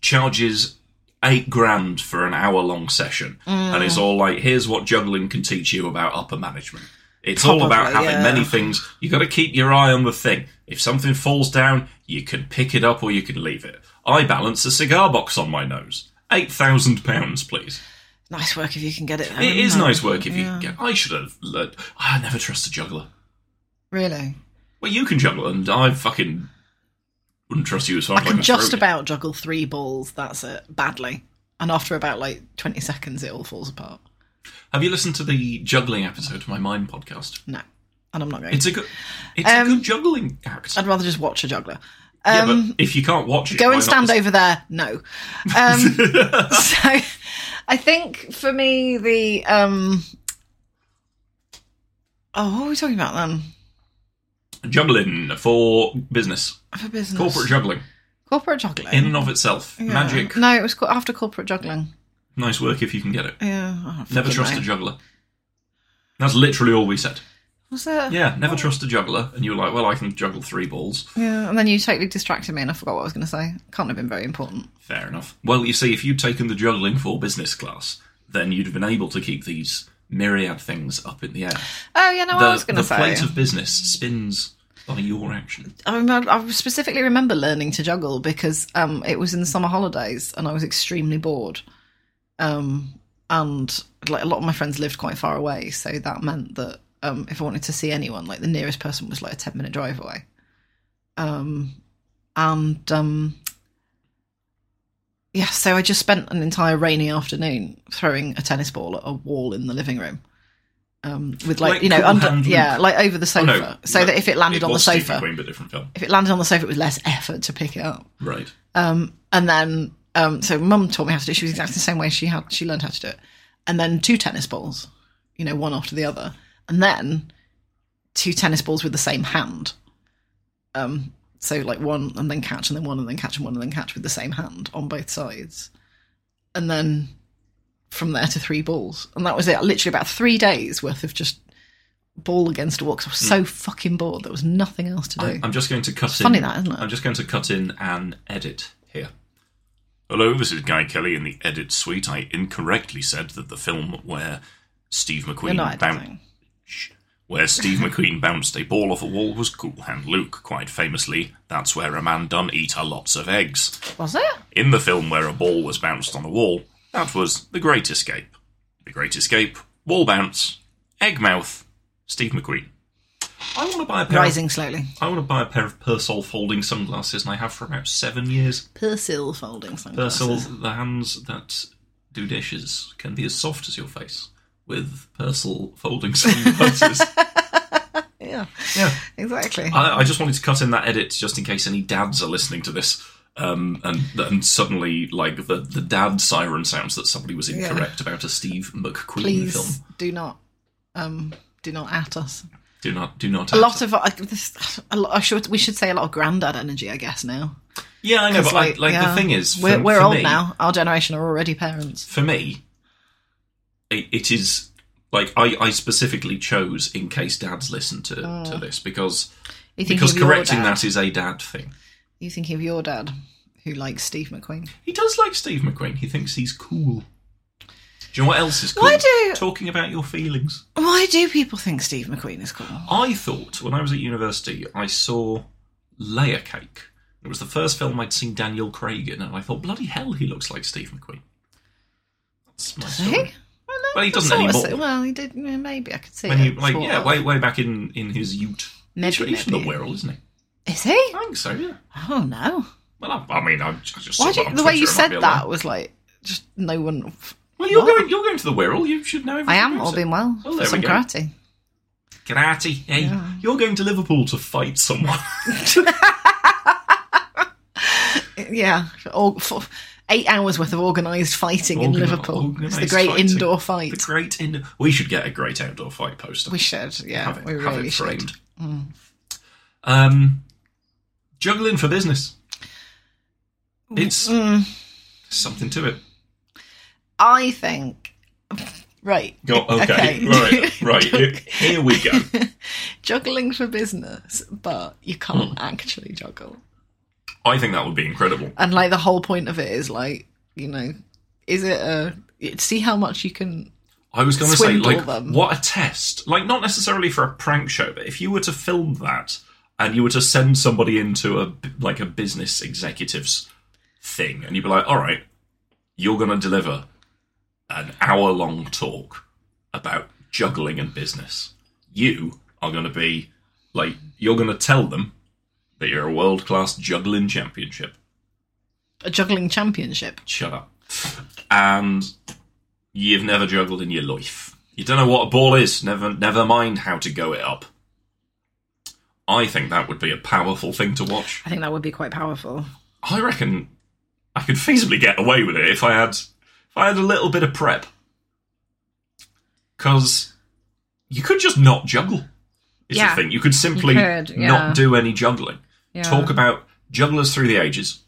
S2: charges eight grand for an hour long session, and
S1: Hmm.
S2: it's all like, here's what juggling can teach you about upper management. It's all about
S1: Probably,
S2: having
S1: yeah.
S2: many things. You got to keep your eye on the thing. If something falls down, you can pick it up or you can leave it. I balance a cigar box on my nose. Eight thousand pounds, please.
S1: nice work if you can get it. though,
S2: It is
S1: isn't
S2: nice work if you
S1: Yeah.
S2: can get. I should have learned. I never trust a juggler.
S1: Really,
S2: Well, you can juggle, and I fucking wouldn't trust you as far
S1: I
S2: as I
S1: can
S2: can
S1: just
S2: throw you.
S1: about juggle three balls. That's it, badly. And after about like twenty seconds, it all falls apart.
S2: Have you listened to the juggling episode of my Mind podcast?
S1: No, and I'm not going.
S2: It's
S1: to.
S2: a good, it's
S1: Um,
S2: a good juggling act.
S1: I'd rather just watch a juggler.
S2: yeah,
S1: Um,
S2: but if you can't watch it,
S1: go
S2: why
S1: and
S2: not
S1: stand
S2: listen?
S1: over there. No. Um, so I think for me, the. Um, oh, what are we talking about then?
S2: Juggling for business,
S1: For business.
S2: corporate juggling,
S1: Corporate juggling.
S2: in and of itself,
S1: Uh, Yeah.
S2: magic.
S1: No, it was co- after corporate juggling.
S2: Nice work if you can get it.
S1: Yeah. I don't
S2: Never
S1: fucking
S2: trust
S1: know.
S2: a juggler. That's literally all we said.
S1: Was there?
S2: Yeah, never trust a juggler. And you're like, well, I can juggle three balls.
S1: Yeah, And then you totally distracted me and I forgot what I was going to say. Can't have been very important.
S2: Fair enough. Well, you see, if you'd taken the juggling for business class, then you'd have been able to keep these myriad things up in the air.
S1: Oh, yeah, no,
S2: the
S1: I was going to
S2: the
S1: say.
S2: plate of business spins by your action.
S1: I remember, I specifically remember learning to juggle because um, it was in the summer holidays and I was extremely bored. Um, and like a lot of my friends lived quite far away, so that meant that um, if I wanted to see anyone, like the nearest person was like a ten minute drive away. Um, and um, yeah, so I just spent an entire rainy afternoon throwing a tennis ball at a wall in the living room. Um, with like,
S2: Like
S1: you know
S2: Cool
S1: under
S2: Hand Luke.
S1: yeah like over the sofa
S2: Oh, No,
S1: so
S2: no,
S1: that if it landed on the
S2: was Stephen
S1: sofa
S2: Queen, but different film.
S1: if it landed on the sofa, it was less effort to pick it up.
S2: Right.
S1: Um, and then, um, so mum taught me how to do. It. She was exactly the same way she had. She learned how to do it. And then two tennis balls, you know, one after the other, and then two tennis balls with the same hand. Um, so like one and then catch, and then one and then catch, and one and then catch with the same hand on both sides, and then from there to three balls, and that was it. Literally about three days worth of just ball against a wall 'cause I was so fucking bored. There was nothing else to do.
S2: I'm just going to cut in.
S1: Oh. funny that, isn't it?
S2: I'm just going to cut in and edit here. Hello, this is Guy Kelly in the edit suite. I incorrectly said that the film where Steve
S1: You're
S2: McQueen
S1: not
S2: boun-
S1: editing.
S2: where Steve McQueen bounced a ball off a wall was Cool Hand Luke. Quite famously, that's where a man done eat a lots of eggs.
S1: Was it?
S2: In the film where a ball was bounced on a wall, that was The Great Escape. The Great Escape, wall bounce, egg mouth, Steve McQueen. I want to buy a pair. Of,
S1: Rising slowly.
S2: I want to buy a pair of Persol folding sunglasses, and I have for about seven years.
S1: Persil folding sunglasses.
S2: Persol, the hands that do dishes can be as soft as your face with Persol folding sunglasses.
S1: Yeah,
S2: yeah.
S1: exactly.
S2: I, I just wanted to cut in that edit just in case any dads are listening to this. Um, and and suddenly, like the, the dad siren sounds that somebody was incorrect about a Steve McQueen
S1: Please
S2: film.
S1: do not, um, do not at us.
S2: Do not, do not.
S1: A lot of I, this, a lot, I should, we should say a lot of granddad energy, I guess. Now,
S2: yeah, I know. But like,
S1: Like,
S2: like
S1: yeah.
S2: the thing is, for,
S1: we're, we're
S2: for
S1: old
S2: me,
S1: now. Our generation are already parents.
S2: For me, it, it is like I, I specifically chose in case dads listen to, to
S1: Mm.
S2: this because
S1: You think
S2: because
S1: of your
S2: correcting
S1: dad,
S2: that is a dad thing.
S1: You think of your dad, who likes Steve McQueen.
S2: He does like Steve McQueen. He thinks he's cool. Do you know what else is cool?
S1: Why do-
S2: talking about your feelings.
S1: Why do people think Steve McQueen is cool?
S2: I thought when I was at university, I saw Layer Cake. It was the first film I'd seen Daniel Craig in, and I thought, bloody hell, he looks like Steve McQueen. That's my
S1: Do
S2: story.
S1: they? Well, no,
S2: Well, he
S1: that's
S2: doesn't
S1: not what I
S2: anymore.
S1: said. Well, he did. yeah, Maybe I could see
S2: When
S1: it.
S2: you like,
S1: sort
S2: yeah,
S1: of.
S2: way way back in in his ute. He's
S1: Maybe,
S2: he's from the
S1: maybe.
S2: Wirral, isn't he?
S1: Is he?
S2: I think so. Yeah.
S1: Oh no.
S2: Well, I, I mean, I, I just saw
S1: Why
S2: that
S1: do
S2: on
S1: you, the way you
S2: Twitter, it might
S1: said
S2: be a
S1: that
S2: lie.
S1: was like just no one.
S2: Well, you're
S1: What?
S2: going you're going to the Wirral. You should know.
S1: I
S2: everything
S1: am
S2: about
S1: all
S2: it.
S1: being well
S2: Well,
S1: for
S2: Oh, there
S1: some
S2: we go.
S1: karate.
S2: Karate. Hey, you're going to Liverpool to fight someone.
S1: Yeah, all, for eight hours worth of organised fighting in
S2: Organ-
S1: Liverpool. It's the
S2: organised
S1: great
S2: fighting.
S1: indoor fight.
S2: The great indoor. We should get a great outdoor fight poster.
S1: we should, yeah,
S2: have it,
S1: we
S2: have
S1: really Mm.
S2: it
S1: should.
S2: framed. Um, juggling for business. It's
S1: Mm.
S2: something to it.
S1: I think. Right.
S2: Go, okay.
S1: Okay.
S2: Right. Right. Here, here we go.
S1: Juggling for business, but you can't
S2: Hmm.
S1: actually juggle.
S2: I think that would be incredible.
S1: And like the whole point of it is like, you know, is it a see how much you can
S2: I was going to say,
S1: Swindle
S2: like,
S1: them.
S2: what a test. Like, not necessarily for a prank show, but if you were to film that and you were to send somebody into a like a business executives thing, and you'd be like, "All right, you're going to deliver an hour long talk about juggling and business. You are going to be like, you're going to tell them that you're a world class juggling championship."
S1: a juggling championship.
S2: shut up. And you've never juggled in your life. You don't know what a ball is, never never mind how to go it up. I think that would be a powerful thing to watch.
S1: I think that would be quite powerful.
S2: I reckon I could feasibly get away with it if I had if I had a little bit of prep. Cause you could just not juggle. Is
S1: Yeah.
S2: the thing. You could simply
S1: could, yeah.
S2: not do any juggling.
S1: Yeah.
S2: Talk about jugglers through the ages.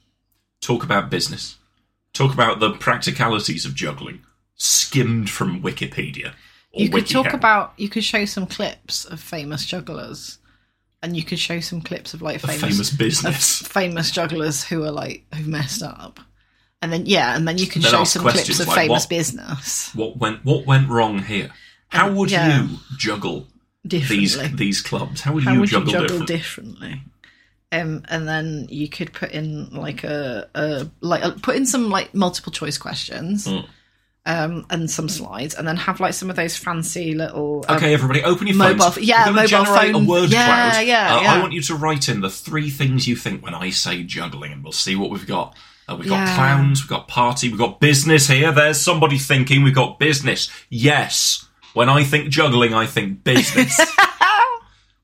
S2: Talk about business. Talk about the practicalities of juggling, skimmed from Wikipedia. Or
S1: you could talk
S2: WikiHow.
S1: about you could show some clips of famous jugglers and you could show some clips of like
S2: the
S1: famous
S2: famous
S1: of
S2: business.
S1: famous jugglers who are like who've messed up. And then yeah, and then you can
S2: Then
S1: show
S2: ask
S1: some
S2: questions
S1: clips of
S2: like,
S1: famous
S2: what-
S1: business
S2: What went What went wrong here? How would
S1: yeah.
S2: you juggle these
S1: differently.
S2: these clubs? How would
S1: How
S2: you
S1: would
S2: juggle
S1: you juggle
S2: different?
S1: differently? Um, and then you could put in like a, a like uh, put in some like multiple choice questions,
S2: Mm.
S1: um, and some slides, and then have like some of those fancy little um,
S2: Okay, everybody, open your
S1: Mobile
S2: phones.
S1: ph- yeah,
S2: We're gonna
S1: mobile
S2: generate
S1: phone-
S2: a word
S1: yeah,
S2: cloud.
S1: yeah,
S2: Uh, I
S1: yeah.
S2: want you to write in the three things you think when I say juggling, and we'll see what we've got. Uh, we've got
S1: Yeah.
S2: clowns, we've got party, we've got business here. There's somebody thinking we've got business. Yes, when I think juggling, I think business.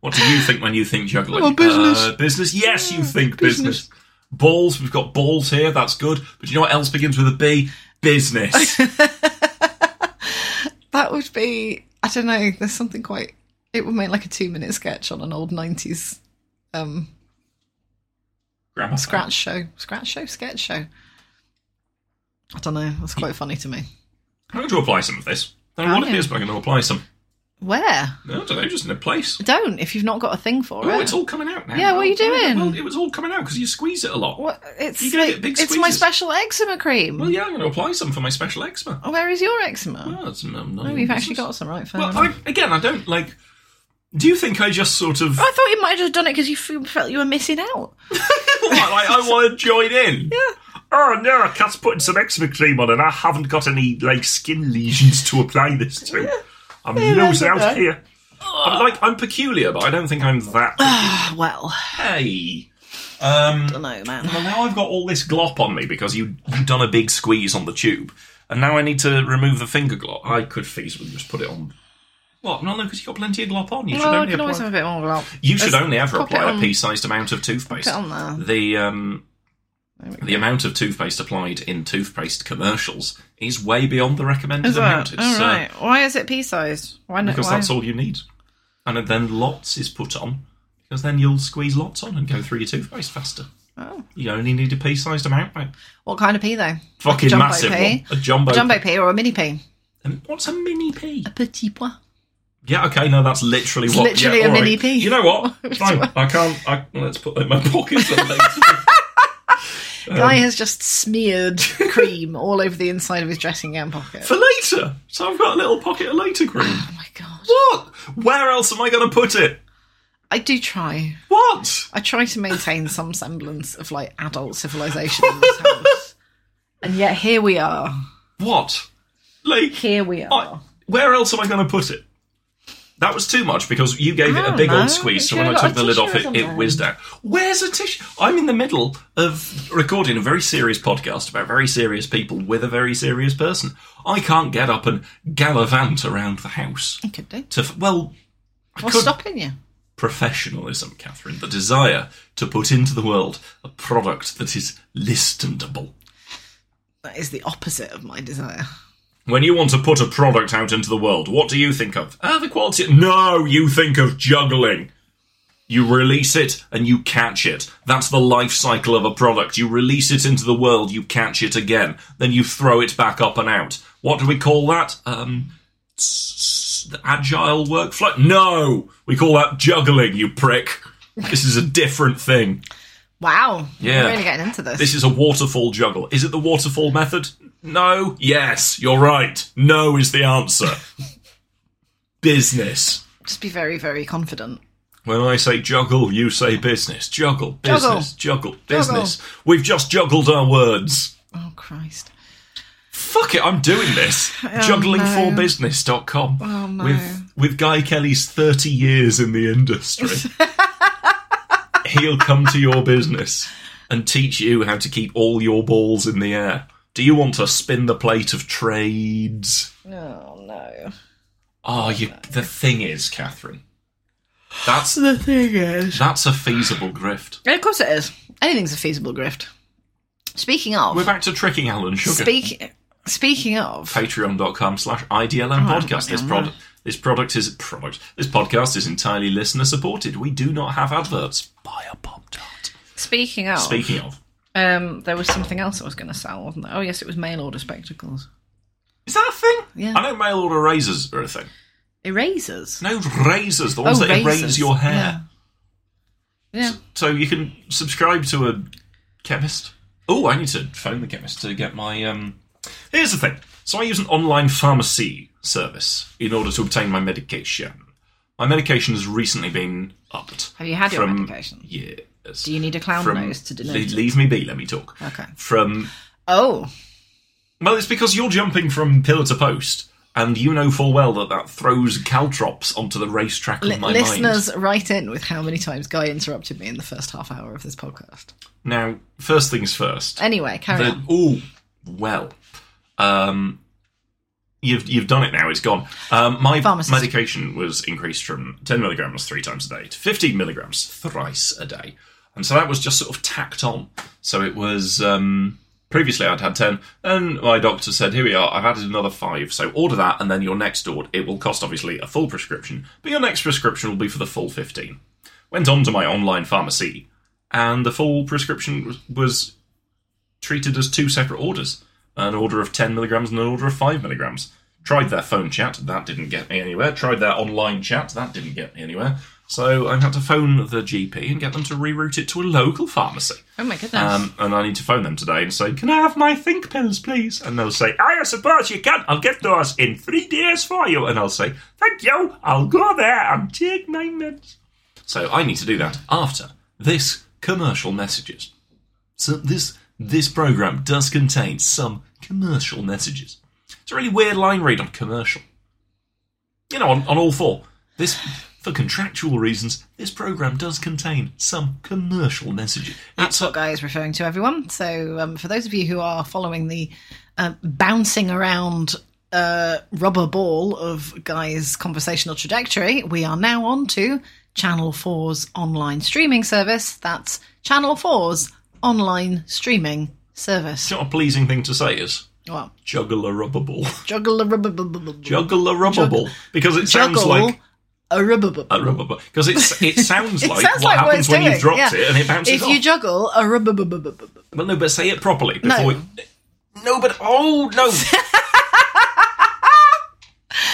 S2: what do you think when you think juggling?
S1: Oh, business.
S2: Uh, business. Yes, you think business. Balls. We've got balls here. That's good. But you know what else begins with a B? Business.
S1: that would be I don't know. There's something quite. It would make like a two minute sketch on an old nineties um,
S2: Grammar.
S1: scratch show, scratch show, sketch show. I don't know. That's quite funny to me.
S2: I'm going to apply some of this. I don't know
S1: Oh,
S2: what it
S1: yeah.
S2: is, but I'm going to apply some.
S1: Where?
S2: No, I don't know, just in a place.
S1: Don't if you've not got a thing for
S2: Oh,
S1: it.
S2: it's all coming out now.
S1: Yeah, what are you
S2: Well,
S1: doing?
S2: it was all coming out because you squeeze it a lot.
S1: What? It's
S2: You gotta
S1: like-
S2: get big
S1: it's my
S2: squeezes.
S1: special eczema cream.
S2: Well, yeah, I'm going to apply some for my special eczema.
S1: Where is your eczema?
S2: Well, that's none
S1: Oh, you've actually got some right fair
S2: Well,
S1: enough.
S2: I, again, I don't like. Do you think I just sort of
S1: Oh, I thought you might have just done it because you f- felt you were missing out.
S2: What, like I want to join in? Yeah. Oh no, a cat's putting some eczema cream on, and I haven't got any like skin lesions to apply this to. I'm
S1: that's
S2: losing out
S1: okay.
S2: here. I'm like I'm peculiar, but I don't think I'm that.
S1: Ah, well,
S2: hey. Um.
S1: I know, man.
S2: Well, now I've got all this glop on me because you you've done a big squeeze on the tube, and now I need to remove the finger glop. I could feasibly just put it on. What? No, no, because you got plenty of glop on. You should
S1: Well, I
S2: only
S1: can always have
S2: apply.
S1: a bit more glove.
S2: You should
S1: Let's
S2: only ever
S1: pop it
S2: apply a
S1: on-
S2: pea-sized amount of toothpaste.
S1: pop it on
S2: The um, the amount of toothpaste applied in toothpaste commercials is way beyond the recommended
S1: Is
S2: amount.
S1: that?
S2: It's,
S1: All
S2: uh,
S1: right. Why is it pea-sized? Why not?
S2: because
S1: why?
S2: that's all you need, and then lots is put on because then you'll squeeze lots on and go through your toothpaste faster.
S1: Oh.
S2: You only need a pea-sized amount, mate.
S1: What kind of pea though?
S2: Fucking
S1: jumbo
S2: massive
S1: pea.
S2: one. A jumbo.
S1: A jumbo pea or a mini pea?
S2: And What's a mini pea?
S1: petit pois.
S2: Yeah, okay, no, that's literally
S1: It's
S2: what.
S1: literally
S2: yeah,
S1: a
S2: all right.
S1: mini pea.
S2: You know what? Fine, I can't. I, let's put that in my pocket. Um,
S1: Guy has just smeared cream all over the inside of his dressing gown pocket.
S2: for later. So I've got a little pocket of later cream.
S1: oh my god!
S2: What? Where else am I going to put it?
S1: I do try.
S2: What?
S1: I try to maintain some semblance of like adult civilization in this house. And yet here we are.
S2: What? Like,
S1: Here we
S2: I,
S1: are.
S2: where else am I going to put it? That was too much because you gave it a
S1: don't
S2: big
S1: know.
S2: old squeeze. So
S1: You
S2: when I
S1: should've
S2: took
S1: Oh, got
S2: the
S1: a
S2: lid
S1: tissue
S2: off,
S1: or
S2: it, it
S1: something.
S2: whizzed out. Where's a tissue? I'm in the middle of recording a very serious podcast about very serious people with a very serious person. I can't get up and gallivant around the house.
S1: You could do.
S2: To f- well, I
S1: What's
S2: could
S1: stopping you?
S2: professionalism, Catherine, the desire to put into the world a product that is listenable.
S1: That is the opposite of my desire.
S2: When you want to put a product Uh, out into the world, what do you think of? Ah, the quality. No, you think of juggling. You release it and you catch it. That's the life cycle of a product. You release it into the world, you catch it again, then you throw it back up and out. What do we call that? Um, s- s- agile workflow? No, we call that juggling. You prick. This is a different thing.
S1: Wow.
S2: Yeah.
S1: We're really getting into this.
S2: This is a waterfall juggle. Is it the waterfall method? No. Yes, you're right. No is the answer. business.
S1: Just be very, very confident.
S2: When I say juggle, you say business. Juggle, business, juggle, business. We've just juggled our words.
S1: Oh, Christ.
S2: Fuck it, I'm doing this. Jugglingforbusiness.com.
S1: Oh, no.
S2: With with Guy Kelly's 30 years in the industry. He'll come to your business and teach you how to keep all your balls in the air. Do you want to spin the plate of trades?
S1: Oh, no.
S2: Oh, you the thing is, Catherine. That's
S1: The thing is.
S2: that's a feasible grift.
S1: Of course it is. Anything's a feasible grift. Speaking of.
S2: We're back to tricking Alan Sugar.
S1: Speak, speaking of.
S2: patreon.com slash idlm podcast this product this product is product this podcast is entirely listener supported we do not have adverts buy a pop tart
S1: Speaking of.
S2: speaking of
S1: Um, there was something else I was going to sell, wasn't there? Oh, yes, it was mail order spectacles.
S2: is that a thing
S1: Yeah.
S2: i know mail order razors are a thing
S1: Erasers.
S2: no razors the ones
S1: Oh,
S2: that erase
S1: razors,
S2: your hair
S1: Yeah.
S2: so you can subscribe to a chemist oh i need to phone the chemist to get my um here's the thing so i use an online pharmacy service in order to obtain my medication my medication has recently been upped
S1: Have you had your
S2: from-
S1: medication?
S2: Yes.
S1: Do you need a clown
S2: From-
S1: nose to denote
S2: leave,
S1: it?
S2: leave me be. Let me talk.
S1: Okay.
S2: From
S1: Oh,
S2: well, it's because you're jumping from pillar to post, and you know full well that that throws caltrops onto the racetrack of
S1: li-
S2: my mind.
S1: listeners, write in with how many times Guy interrupted me in the first half hour of this podcast.
S2: Now, first things first.
S1: Anyway, carry on.
S2: oh, well, um, you've you've done it now. It's gone. Um, my
S1: Pharmacist.
S2: medication was increased from ten milligrams three times a day to fifteen milligrams thrice a day, and so that was just sort of tacked on. So it was. Um, Previously, I'd had 10, and my doctor said, Here we are, I've added another 5, so order that, and then your next order. It will cost, obviously, a full prescription, but your next prescription will be for the full 15. Went on to my online pharmacy, and the full prescription was, was treated as two separate orders an order of 10 milligrams and an order of 5 milligrams. Tried their phone chat, that didn't get me anywhere. Tried their online chat, that didn't get me anywhere. So I had to phone the GP and get them to reroute it to a local pharmacy.
S1: Oh my goodness.
S2: Um, and I need to phone them today and say, Can I have my think pills, please? And they'll say, I suppose you can. I'll get those in three days for you. And I'll say, Thank you. I'll go there and take my meds. So I need to do that after this commercial messages. So this this program does contain some commercial messages. It's a really weird line read on commercial. You know, on, on all four. This for contractual reasons, this program does contain some commercial messages. It's
S1: That's what Guy is referring to, everyone. So, um, for those of you who are following the uh, bouncing around uh, rubber ball of Guy's conversational trajectory, we are now on to Channel 4's online streaming service. That's Channel 4's online streaming service.
S2: It's not a pleasing thing to say, is
S1: Well,
S2: juggle a rubber ball.
S1: juggle a rubber ball.
S2: juggle a rubber ball. Because it sounds
S1: Juggle
S2: like
S1: a rubber ball.
S2: a rubber ball. Because it, it sounds
S1: It
S2: like
S1: sounds
S2: what
S1: like what
S2: happens
S1: it's
S2: when
S1: doing.
S2: you've dropped
S1: yeah.
S2: it and it bounces
S1: If
S2: off.
S1: you juggle a rubber ball.
S2: Well, no, but say it properly before.
S1: No.
S2: it- no, but oh no.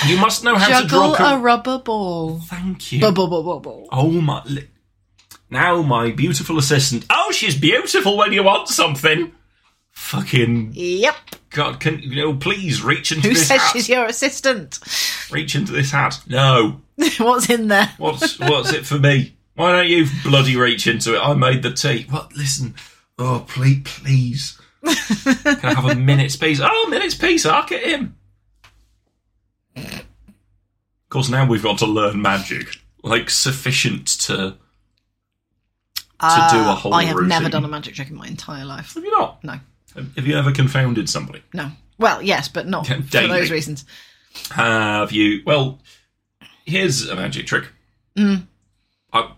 S2: you must know how
S1: Juggle
S2: to drop
S1: a
S2: a.
S1: rubber ball.
S2: Thank you.
S1: Bubble, bubble, bubble.
S2: oh my! li- Now my beautiful assistant. Oh, she's beautiful when you want something. Fucking
S1: Yep.
S2: God! Can you know? Please reach into
S1: Who
S2: this
S1: says
S2: hat.
S1: she's your assistant?
S2: Reach into this hat. No.
S1: What's in there?
S2: What's what's it for me? Why don't you bloody reach into it? I made the tea. What? Listen. Oh, please, please. Can I have a minute's peace? Oh, a minute's peace. I'll get him. Of course, now we've got to learn magic, like sufficient to.
S1: Uh,
S2: do a whole
S1: I have never
S2: routine.
S1: done a magic trick in my entire life.
S2: Have you not?
S1: No,
S2: Have you ever confounded somebody?
S1: no. Well, yes, but not for
S2: Don't date
S1: those
S2: me.
S1: reasons.
S2: Have you? Well, here's a magic trick.
S1: Mm.
S2: I,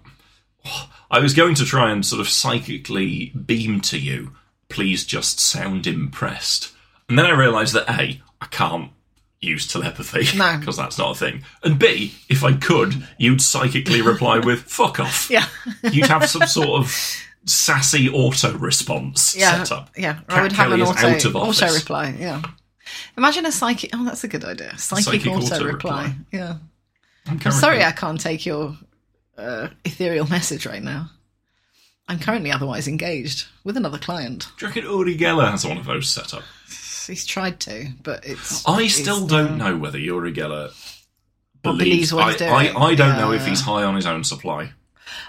S2: I was going to try and sort of psychically beam to you. Please just sound impressed. And then I realised that a I can't. use telepathy.
S1: No.
S2: Because that's not a thing. And B, if I could, you'd psychically reply with, fuck off.
S1: Yeah.
S2: You'd have some sort of sassy auto response
S1: yeah,
S2: set up.
S1: Yeah,
S2: Cat
S1: I would have
S2: Kelly
S1: an
S2: is
S1: auto,
S2: out of office.
S1: auto reply. Yeah. Imagine a psychic. Oh, that's a good idea. Psychic,
S2: Psychic
S1: auto,
S2: auto
S1: reply.
S2: reply.
S1: Yeah.
S2: I'm
S1: I'm
S2: currently-
S1: sorry I can't take your uh, ethereal message right now. I'm currently otherwise engaged with another client.
S2: Do you reckon Uri Geller has one of those set up?
S1: He's tried to, but it's.
S2: I
S1: it's,
S2: still
S1: uh,
S2: don't know whether Uri Geller
S1: Well,
S2: believes.
S1: believes what he's
S2: I, I,
S1: doing.
S2: I don't know if
S1: Yeah.
S2: he's high on his own supply.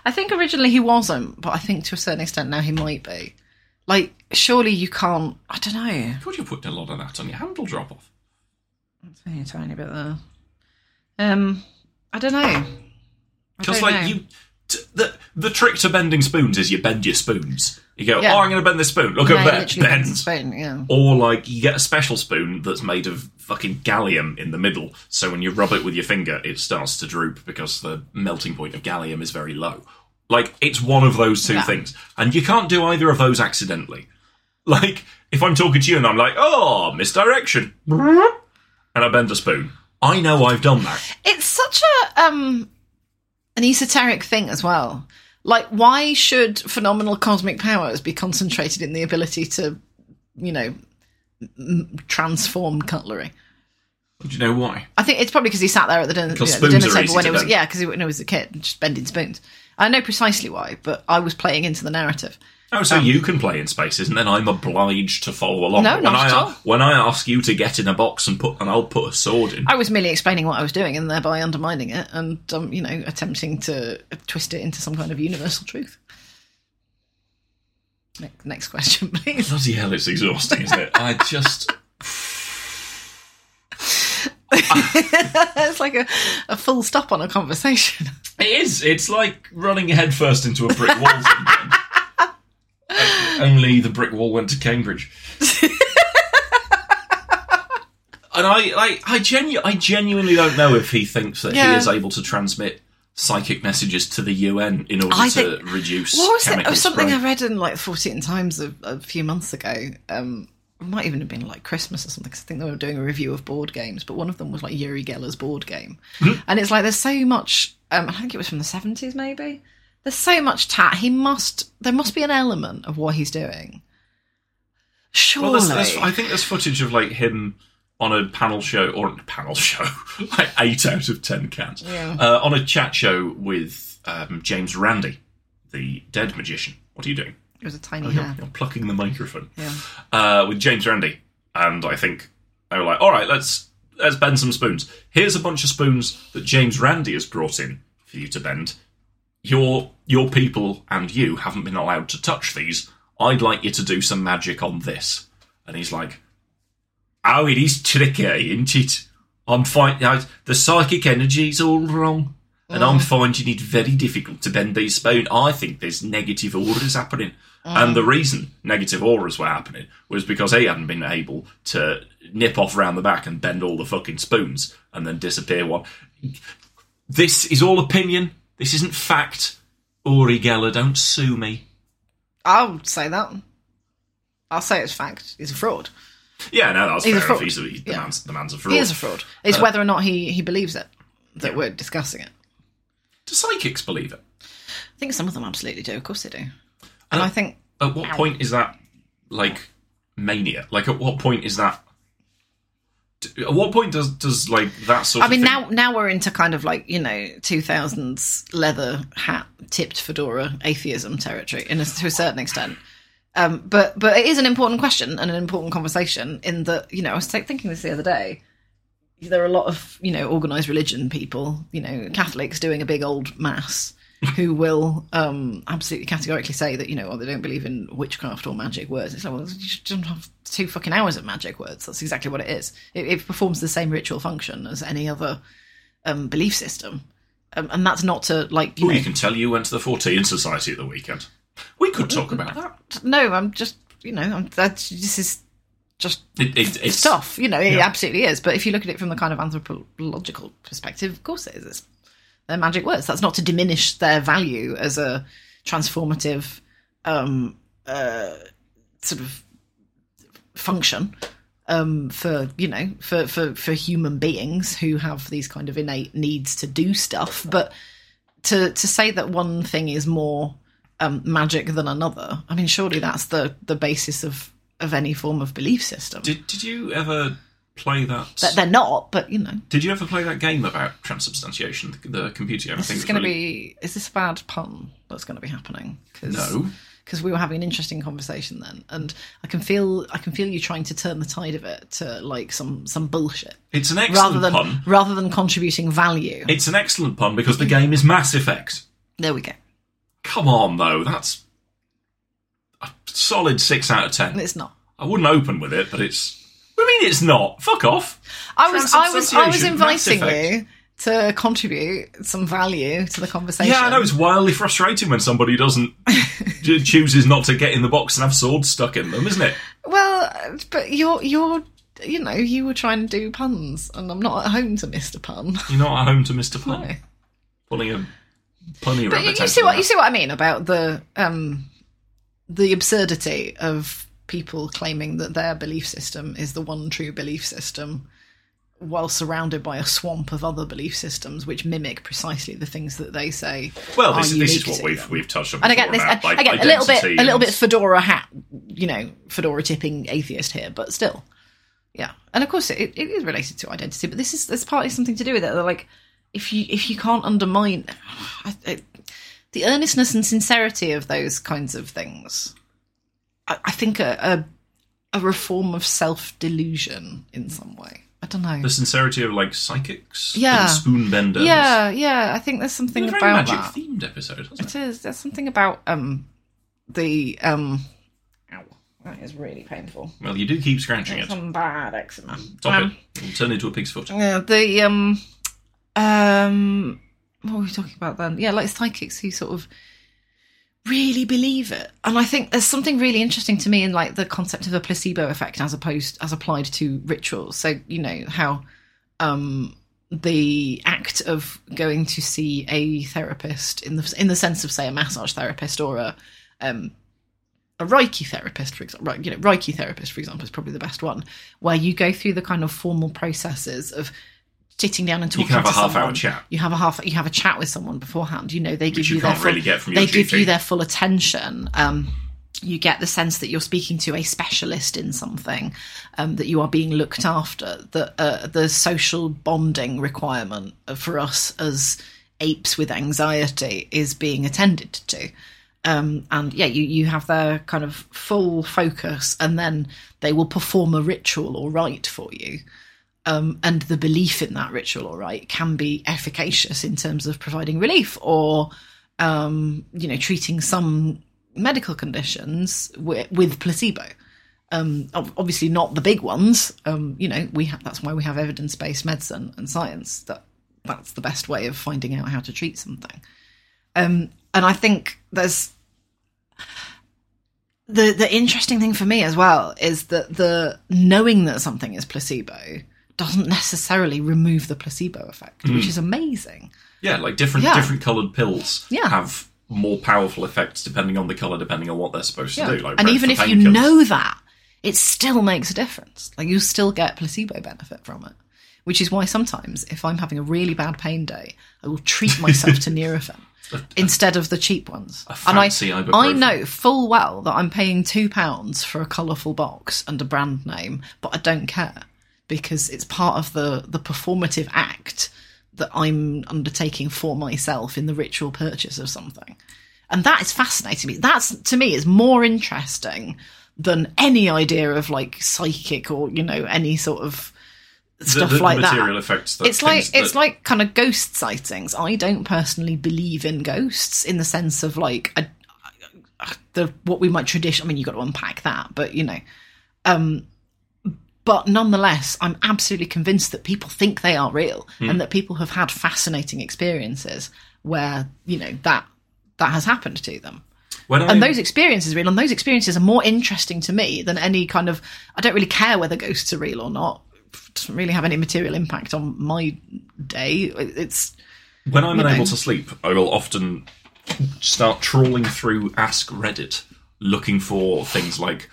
S1: I think originally he wasn't, but I think to a certain extent now he might be. Like, surely you can't. I don't know.
S2: God, you're putting a lot of that on your handle drop off.
S1: It's only a tiny bit there. Um, I don't know. I
S2: Because
S1: don't
S2: like
S1: know.
S2: you, t- the the trick to bending spoons is you bend your spoons. You go,
S1: Yeah.
S2: oh, I'm going to bend this spoon. Look
S1: Yeah,
S2: at
S1: he
S2: that,
S1: literally bends
S2: bends.
S1: his phone, yeah.
S2: Or like you get a special spoon that's made of fucking gallium in the middle, so when you rub it with your finger, it starts to droop because the melting point of gallium is very low. Like it's one of those two
S1: Yeah.
S2: things, and you can't do either of those accidentally. Like if I'm talking to you and I'm like, oh, misdirection, and I bend a spoon, I know I've done that.
S1: It's such a um an esoteric thing as well. Like, why should phenomenal cosmic powers be concentrated in the ability to, you know, m- transform cutlery?
S2: Do you know why?
S1: I think it's probably because he sat there at the dinner, you know,
S2: 'Cause
S1: the dinner
S2: spoons are
S1: table
S2: easy
S1: when
S2: to
S1: he was
S2: bend.
S1: yeah, because when he was a kid, just bending spoons. I know precisely why, but I was playing into the narrative.
S2: Oh, so you can play in spaces, and then I'm obliged to follow
S1: Um,
S2: along.
S1: No,
S2: when
S1: not
S2: I,
S1: at all.
S2: When I ask you to get in a box and put, and I'll put a sword in.
S1: I was merely explaining what I was doing and thereby undermining it and, um, you know, attempting to twist it into some kind of universal truth. Ne- Next question, please.
S2: Bloody hell, it's exhausting, isn't it? I just. Ah.
S1: it's like a, a full stop on a conversation.
S2: It is. It's like running headfirst into a brick wall. sometimes. O- Only the brick wall went to Cambridge. and I, like, I, genu- I genuinely don't know if he thinks that he
S1: Yeah.
S2: is able to transmit psychic messages to the UN in order
S1: I
S2: to
S1: think-
S2: reduce
S1: What was it?
S2: chemical
S1: It was something
S2: spray.
S1: I read in like 14 times a, a few months ago. Um, it might even have been like Christmas or something, 'cause I think they were doing a review of board games, but one of them was like Yuri Geller's board game.
S2: Hmm.
S1: and it's like there's so much, um, I think it was from the 70s maybe. There's so much tat. He must, there must be an element of what he's doing. Surely.
S2: Well, there's, there's, I think there's footage of like him on a panel show or a panel show, like eight out of ten cans,
S1: Yeah.
S2: uh, on a chat show with um, James Randy, the dead magician. What are you doing?
S1: it was a tiny
S2: You're-
S1: hair.
S2: Oh, You're, plucking the microphone.
S1: Yeah.
S2: Uh, with James Randy, and I think they were like, "All right, let's let's bend some spoons. Here's a bunch of spoons that James Randy has brought in for you to bend. Your your people and you haven't been allowed to touch these. I'd like you to do some magic on this." And he's like, "Oh, it is tricky, isn't it? I'm finding the psychic energy's all wrong." And
S1: Mm.
S2: I'm finding it very difficult to bend these spoons. I think there's negative auras happening.
S1: Mm.
S2: And the reason negative auras were happening was because he hadn't been able to nip off round the back and bend all the fucking spoons and then disappear one. This is all opinion. This isn't fact. Uri Geller, don't sue me.
S1: I'll say that. I'll say it's fact. He's a fraud.
S2: Yeah, no, that's
S1: He's a
S2: fair enough.
S1: fraud.
S2: He's a, he, the,
S1: Yeah.
S2: man's, the man's a fraud.
S1: He is a fraud.
S2: Uh,
S1: It's whether or not he, he believes it that we're discussing it.
S2: Do psychics believe it?
S1: I think some of them absolutely do. Of course they do. And I think
S2: At what point is that like mania? Like, at what point is that? d- At what point does does like that sort?
S1: I mean
S2: of thing-
S1: now now we're into kind of like you know two thousands leather hat tipped fedora atheism territory in a, to a certain extent. Um, but but it is an important question and an important conversation in that you know I was thinking this the other day. There are a lot of you know organized religion people, you know Catholics doing a big old mass who will um, absolutely categorically say that you know well, they don't believe in witchcraft or magic words. It's like well you shouldn't have two fucking hours of magic words. That's exactly what it is. It, it performs the same ritual function as any other um, belief system, um, and that's not to like you
S2: Well,
S1: know
S2: you can tell you went to the 14 Society at the weekend. We could talk about that.
S1: no, I'm just, you know, I'm, that's this is just
S2: It, it, it's
S1: stuff. You know, it
S2: Yeah.
S1: absolutely is. But if you look at it from the kind of anthropological perspective, of course it is. It's, they're magic words. That's not to diminish their value as a transformative um, uh, sort of function. um, for you know for, for for human beings who have these kind of innate needs to do stuff. But to to say that one thing is more um, magic than another, I mean, surely that's the the basis of of any form of belief system.
S2: Did Did you ever play that?
S1: that they're not, but you know,
S2: did you ever play that game about transubstantiation, the, the computer game? I
S1: this
S2: think
S1: is
S2: it was
S1: going to
S2: really-
S1: be. Is this a bad pun that's going to be happening? Cause,
S2: no.
S1: because we were having an interesting conversation then, and I can feel I can feel you trying to turn the tide of it to like some some bullshit
S2: It's an excellent
S1: rather than
S2: pun.
S1: rather than contributing value.
S2: It's an excellent pun because the game is Mass Effect.
S1: there we go.
S2: Come on, though, that's a solid six out of ten.
S1: It's not.
S2: I wouldn't open with it, but it's. What do you mean it's not? Fuck off.
S1: I was I was I was
S2: Transubstantiation, Mass
S1: inviting
S2: Effect.
S1: you to contribute some value to the conversation.
S2: Yeah, I know it's wildly frustrating when somebody doesn't j- chooses not to get in the box and have swords stuck in them, isn't it?
S1: Well, uh, but you're you're you know you were trying to do puns, and I'm not at home to Mister Pun.
S2: You're not at home to Mister Pun
S1: No.
S2: pulling a punny
S1: But
S2: rabbit.
S1: you, you
S2: out
S1: see
S2: of
S1: what
S2: that.
S1: you see what I mean about the um, the absurdity of people claiming that their belief system is the one true belief system, while surrounded by a swamp of other belief systems which mimic precisely the things that they say.
S2: Well,
S1: are
S2: this, this
S1: unique
S2: is what
S1: Oh, to
S2: we've
S1: them.
S2: we've touched on.
S1: And
S2: before
S1: again, this,
S2: about, like,
S1: again, a little bit,
S2: identity
S1: a little
S2: and-
S1: bit fedora hat, you know, fedora tipping atheist here, but still, yeah. And of course, it, it is related to identity, but this is this partly something to do with it. They're like, if you if you can't undermine I, I, the earnestness and sincerity of those kinds of things, I, I think a, a a reform of self delusion in some way. I don't know.
S2: the sincerity of like psychics,
S1: Yeah.
S2: and spoon benders.
S1: yeah, yeah. I think there's something
S2: It's a very
S1: about
S2: magic
S1: that.
S2: themed episode. Hasn't
S1: It
S2: it?
S1: is. There's something about um the um. Ow, that is really painful.
S2: Well, you do keep scratching it.
S1: Some bad eczema.
S2: Stop
S1: um,
S2: it. It'll turn into a pig's foot.
S1: Yeah, the um um what were we talking about then? Yeah, like psychics who sort of really believe it. And I think there's something really interesting to me in like the concept of a placebo effect as opposed as applied to rituals. So, you know, how um the act of going to see a therapist in the in the sense of say a massage therapist or a um a Reiki therapist, for example, right, you know, Reiki therapist, for example, is probably the best one, where you go through the kind of formal processes of sitting down and
S2: You
S1: talking.
S2: can have
S1: to
S2: a half-hour
S1: someone.
S2: chat.
S1: You have a half. You have a chat with someone beforehand. You know, they give
S2: you
S1: their
S2: can't
S1: full,
S2: really get from your
S1: they give
S2: GP.
S1: you their full attention. Um, you get the sense that you're speaking to a specialist in something, um, that you are being looked after. That uh, the social bonding requirement for us as apes with anxiety is being attended to um, and yeah, you you have their kind of full focus, and then they will perform a ritual or rite for you. Um, and the belief in that ritual or rite can be efficacious in terms of providing relief or, um, you know, treating some medical conditions with, with placebo. Um, ob- obviously, not the big ones. Um, you know, we ha- that's why we have evidence based medicine and science. That that's the best way of finding out how to treat something um, and I think there's the the interesting thing for me as well is that the knowing that something is placebo doesn't necessarily remove the placebo effect, which is amazing.
S2: Yeah, like different
S1: Yeah.
S2: different coloured pills
S1: Yeah.
S2: have more powerful effects depending on the colour, depending on what they're supposed to do. Like
S1: and
S2: red
S1: even
S2: for
S1: if you
S2: painkillers.
S1: know that, it still makes a difference. Like you still get placebo benefit from it, which is why sometimes if I'm having a really bad pain day, I will treat myself to Nurofen instead of the cheap ones.
S2: fancy
S1: and I, I
S2: ibuprofen.
S1: know full well that I'm paying two pounds for a colourful box and a brand name, but I don't care because it's part of the the performative act that I'm undertaking for myself in the ritual purchase of something. And that is fascinating to me. That's to me is more interesting than any idea of like psychic or, you know, any sort of
S2: the,
S1: stuff
S2: the- the
S1: like that
S2: material effects. That
S1: it's like
S2: things that-
S1: it's like kind of ghost sightings. I don't personally believe in ghosts in the sense of like I, I- the what we might tradition. I mean, you got to unpack that, but you know, um, but nonetheless, I'm absolutely convinced that people think they are real
S2: Hmm.
S1: and that people have had fascinating experiences where you know that that has happened to them
S2: when I,
S1: and those experiences are real and those experiences are more interesting to me than any kind of i don't really care whether ghosts are real or not It doesn't really have any material impact on my day It- it's
S2: when I'm unable
S1: know.
S2: to sleep, I will often start trawling through Ask Reddit, looking for things like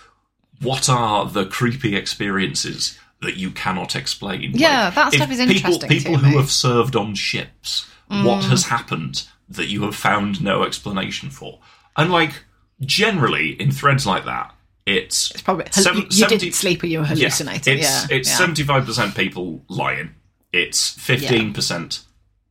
S2: what are the creepy experiences that you cannot explain?
S1: Yeah, that
S2: if
S1: stuff is
S2: people-
S1: interesting to Mm.
S2: People who
S1: me.
S2: have served on ships, what has happened that you have found no explanation for? And like generally in threads like that, it's
S1: It's probably
S2: Seven-
S1: you, you
S2: 70
S1: didn't sleep or you were hallucinating.
S2: it's
S1: yeah,
S2: it's
S1: yeah.
S2: seventy five percent people lying. It's fifteen percent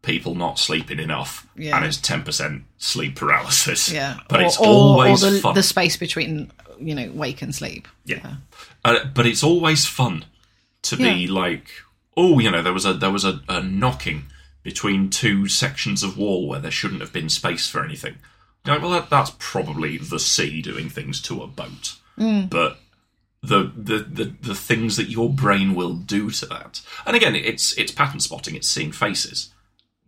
S2: people not sleeping enough,
S1: Yeah.
S2: and it's ten percent sleep paralysis.
S1: yeah.
S2: but
S1: or,
S2: it's
S1: or- or
S2: always
S1: the,
S2: fun.
S1: the space between you know wake and sleep.
S2: Yeah. Uh, but it's always fun to be
S1: Yeah.
S2: like, oh, you know, there was a there was a, a knocking between two sections of wall where there shouldn't have been space for anything. You're like, well, that, that's probably the sea doing things to a boat,
S1: Mm.
S2: but. The, the, the, the things that your brain will do to that, and again, it's it's pattern spotting. It's seeing faces,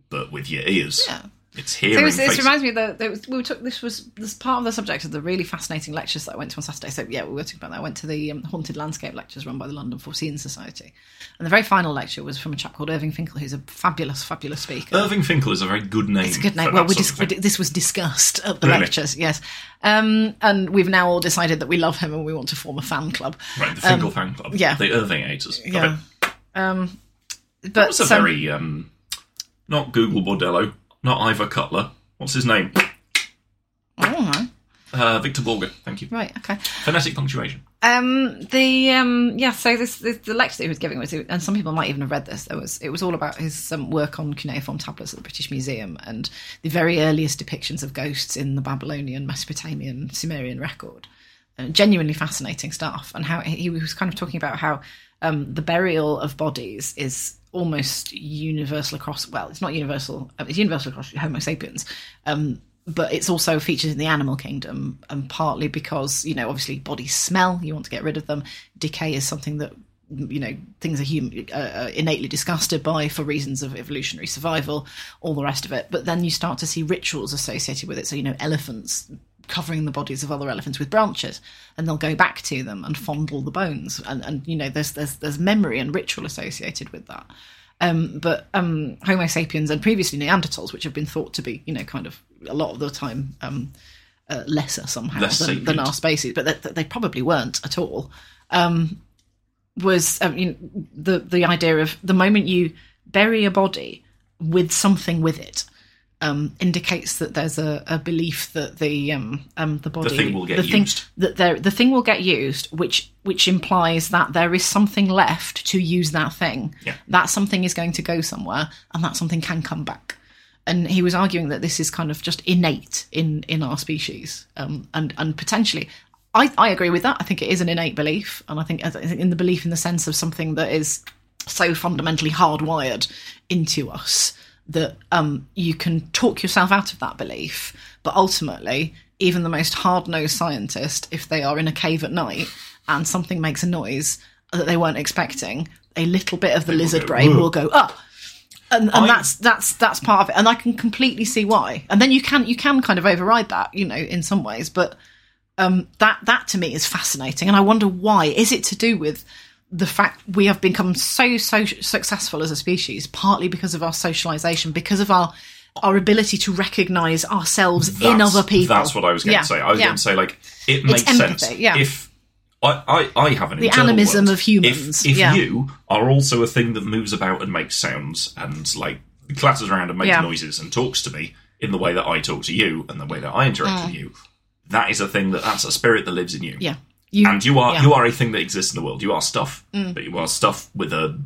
S2: but with your ears,
S1: Yeah.
S2: it's hearing
S1: It, was,
S2: faces.
S1: it reminds me that there was, we were talk, this was this part of the subject of the really fascinating lectures that I went to on Saturday. So yeah, we were talking about that. I went to the um, haunted landscape lectures run by the London Four Seasons Society, and the very final lecture was from a chap called Irving Finkel, who's a fabulous, fabulous speaker.
S2: Irving Finkel is a very good name.
S1: It's a good
S2: for
S1: name. Well,
S2: that
S1: we
S2: sort of
S1: dis-
S2: thing.
S1: we di- this was discussed at the
S2: Really?
S1: lectures, yes, um, and we've now all decided that we love him and we want to form a fan club.
S2: right the Finkel fan club,
S1: um, yeah.
S2: the Irving haters. Love it.
S1: Yeah. Um, but
S2: That's a
S1: so-
S2: very um, not Google Bordello, not Ivor Cutler. What's his name?
S1: All right.
S2: Uh, Victor Borger. Thank you.
S1: Right. Okay.
S2: Phonetic punctuation.
S1: Um, the um, yeah. So this, this the lecture that he was giving was, and some people might even have read this. It was it was all about his um, work on cuneiform tablets at the British Museum and the very earliest depictions of ghosts in the Babylonian, Mesopotamian, Sumerian record. Uh, genuinely fascinating stuff, and how he was kind of talking about how um, the burial of bodies is almost universal across. Well, it's not universal. uh, It's universal across Homo sapiens, um, but it's also featured in the animal kingdom, and partly because you know obviously bodies smell. You want to get rid of them. Decay is something that you know things are hum- uh, uh, innately disgusted by for reasons of evolutionary survival, all the rest of it. But then you start to see rituals associated with it. So you know elephants covering the bodies of other elephants with branches and they'll go back to them and fondle the bones and, and you know there's there's there's memory and ritual associated with that um but um homo sapiens and previously neanderthals which have been thought to be you know kind of a lot of the time um uh, lesser somehow
S2: Less
S1: than,
S2: sapient.
S1: than our species but that that they probably weren't at all um, was I mean, the the idea of the moment you bury a body with something with it um, indicates that there's a, a belief that the um, um, the body
S2: thing will get
S1: the thing-
S2: used.
S1: that there the thing will get used which which implies that there is something left to use that thing
S2: Yeah.
S1: that something is going to go somewhere and that something can come back and he was arguing that this is kind of just innate in in our species um, and and potentially I, I agree with that. I think it is an innate belief, and I think I think in the belief in the sense of something that is so fundamentally hardwired into us that um, you can talk yourself out of that belief. But ultimately, even the most hard nosed scientist, if they are in a cave at night and something makes a noise that they weren't expecting, a little bit of the lizard
S2: go,
S1: brain
S2: "Whoa."
S1: will go up. And, and
S2: I-
S1: that's that's that's part of it, and I can completely see why. And then you can you can kind of override that, you know, in some ways. But um, that that to me is fascinating and i wonder why is it to do with the fact we have become so so successful as a species partly because of our socialization because of our our ability to recognize ourselves in
S2: That's-
S1: other people
S2: That's what I was going
S1: Yeah,
S2: to say. I was
S1: yeah.
S2: going to say like it makes sense
S1: empathy, yeah.
S2: if I, I, I have an the
S1: animism of humans,
S2: If, if
S1: yeah.
S2: you are also a thing that moves about and makes sounds and like clatters around and makes
S1: Yeah.
S2: noises and talks to me in the way that I talk to you and the way that I interact
S1: Mm.
S2: with you, that is a thing that that's a spirit that lives in you.
S1: yeah you
S2: and you are
S1: yeah. Mm.
S2: you are a thing that exists in the world. You are stuff, but you are stuff with a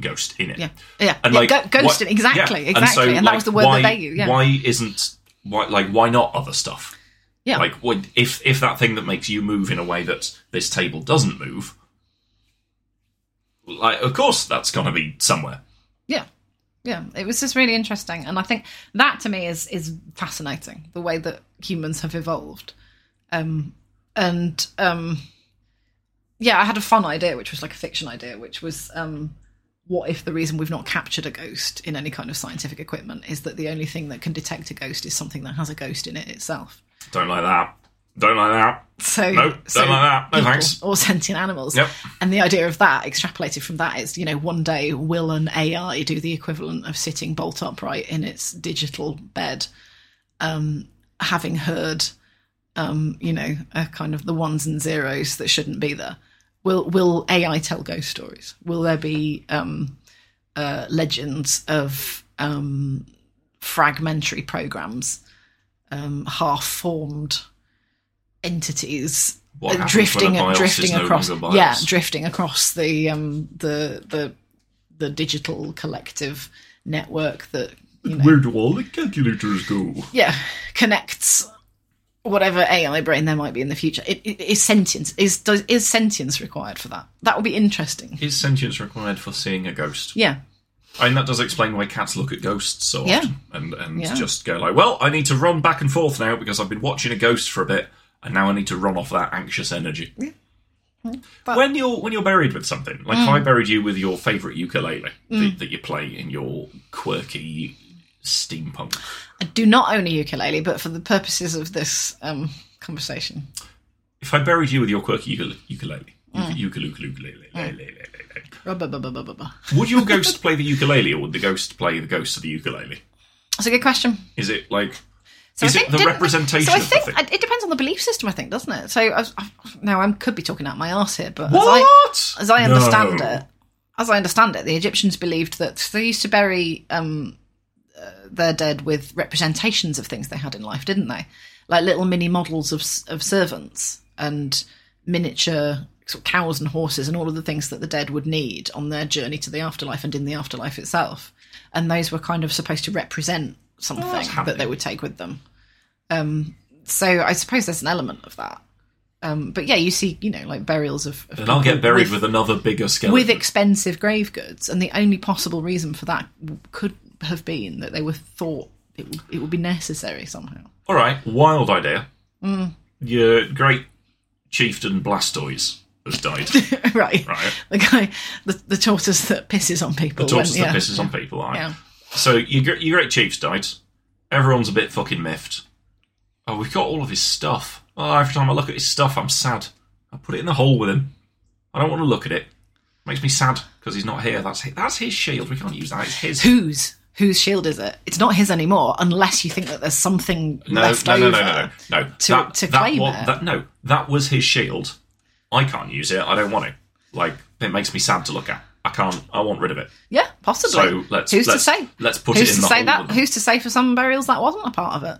S2: ghost in it.
S1: yeah yeah,
S2: And
S1: yeah
S2: like
S1: go-
S2: what-
S1: ghosting exactly
S2: yeah.
S1: exactly and,
S2: so,
S1: that
S2: like,
S1: was the word
S2: why,
S1: that they used yeah
S2: Why isn't why like why not other stuff?
S1: yeah
S2: Like what if if that thing that makes you move in a way that this table doesn't move? Like of course that's gonna be somewhere.
S1: yeah yeah it was just really interesting and i think that to me is is fascinating the way that humans have evolved um and um yeah i had a fun idea which was like a fiction idea which was um what if the reason we've not captured a ghost in any kind of scientific equipment is that the only thing that can detect a ghost is something that has a ghost in it itself
S2: Don't like that. Don't like that.
S1: so
S2: No, don't
S1: so
S2: like that. No,
S1: people
S2: thanks.
S1: Or sentient animals.
S2: Yep.
S1: And the idea of that, extrapolated from that, is you know one day will an AI do the equivalent of sitting bolt upright in its digital bed, um, having heard um, you know, are kind of the ones and zeros that shouldn't be there. Will will AI tell ghost stories? Will there be um, uh, legends of um, fragmentary programs, um, half formed entities
S2: What
S1: uh,
S2: happens
S1: drifting
S2: when a BIOS
S1: drifting
S2: is no
S1: across
S2: longer BIOS?
S1: yeah drifting across the um, the the the digital collective network that you know
S2: Where do all the calculators go?
S1: yeah connects whatever AI brain there might be in the future. It, it, is sentience is does, is sentience required for that? That would be interesting.
S2: Is sentience required for seeing a ghost?
S1: Yeah,
S2: I mean, that does explain why cats look at ghosts so
S1: Yeah.
S2: often and, and
S1: Yeah.
S2: just go like, well, I need to run back and forth now because I've been watching a ghost for a bit and now I need to run off that anxious energy.
S1: Mm. But- Mm.
S2: when you're when you're buried with something, like if I buried you with your favourite ukulele that, that you play in your quirky steampunk
S1: I do not own a ukulele, but for the purposes of this um, conversation,
S2: if I buried you with your quirky ukule- ukulele,
S1: Mm.
S2: ukulele, ukulele, ukulele,
S1: Rub-a-bub-a-bub-a-bub.
S2: would your ghost play the ukulele, or would the ghost play the ghost of the ukulele?
S1: that's a good question.
S2: Is it like?
S1: So
S2: Is it the
S1: didn't-
S2: representation
S1: So I
S2: of the
S1: think
S2: thing?
S1: I- it depends on the belief system, I think, doesn't it? So I, I, now I could be talking out my arse here, but as I,
S2: What?
S1: as I understand
S2: No.
S1: it, as I understand it, the Egyptians believed that they used to bury um, uh, their dead with representations of things they had in life, didn't they? Like little mini models of s- of servants and miniature sort of cows and horses and all of the things that the dead would need on their journey to the afterlife and in the afterlife itself. And those were kind of supposed to represent something that
S2: handy.
S1: they would take with them. Um, so I suppose there's an element of that. Um, but yeah, you see, you know, like burials of, of
S2: And I'll get
S1: people
S2: buried with, another bigger skeleton.
S1: with expensive grave goods, and the only possible reason for that w- could have been that they were thought it, w- it would be necessary somehow.
S2: All right, wild idea.
S1: Mm.
S2: Your great chieftain Blastoise has died.
S1: right.
S2: Right.
S1: the guy, the, the tortoise that pisses on people.
S2: The tortoise
S1: when- yeah.
S2: that pisses on people. Right?
S1: Yeah.
S2: So your gr- your great chief's died. Everyone's a bit fucking miffed. Oh, we've got all of his stuff. Oh, every time I look at his stuff, I'm sad. I put it in the hole with him. I don't want to look at it. Makes me sad because he's not here. That's hi- that's his shield. We can't use that. It's his.
S1: Whose whose shield is it? It's not his anymore, unless you think that there's something
S2: No,
S1: left
S2: no, no,
S1: over.
S2: no, no, no, no.
S1: to-
S2: that,
S1: to
S2: that
S1: claim
S2: wa-
S1: it.
S2: that- no, that was his shield. I can't use it. I don't want it. Like it makes me sad to look at. I can't. I want rid of it.
S1: Yeah, possibly.
S2: So let's
S1: Who's
S2: let's,
S1: to say?
S2: Let's put
S1: Who's
S2: it in
S1: to
S2: the
S1: say
S2: hole
S1: that?
S2: with him.
S1: Who's to say for some burials that wasn't a part of it?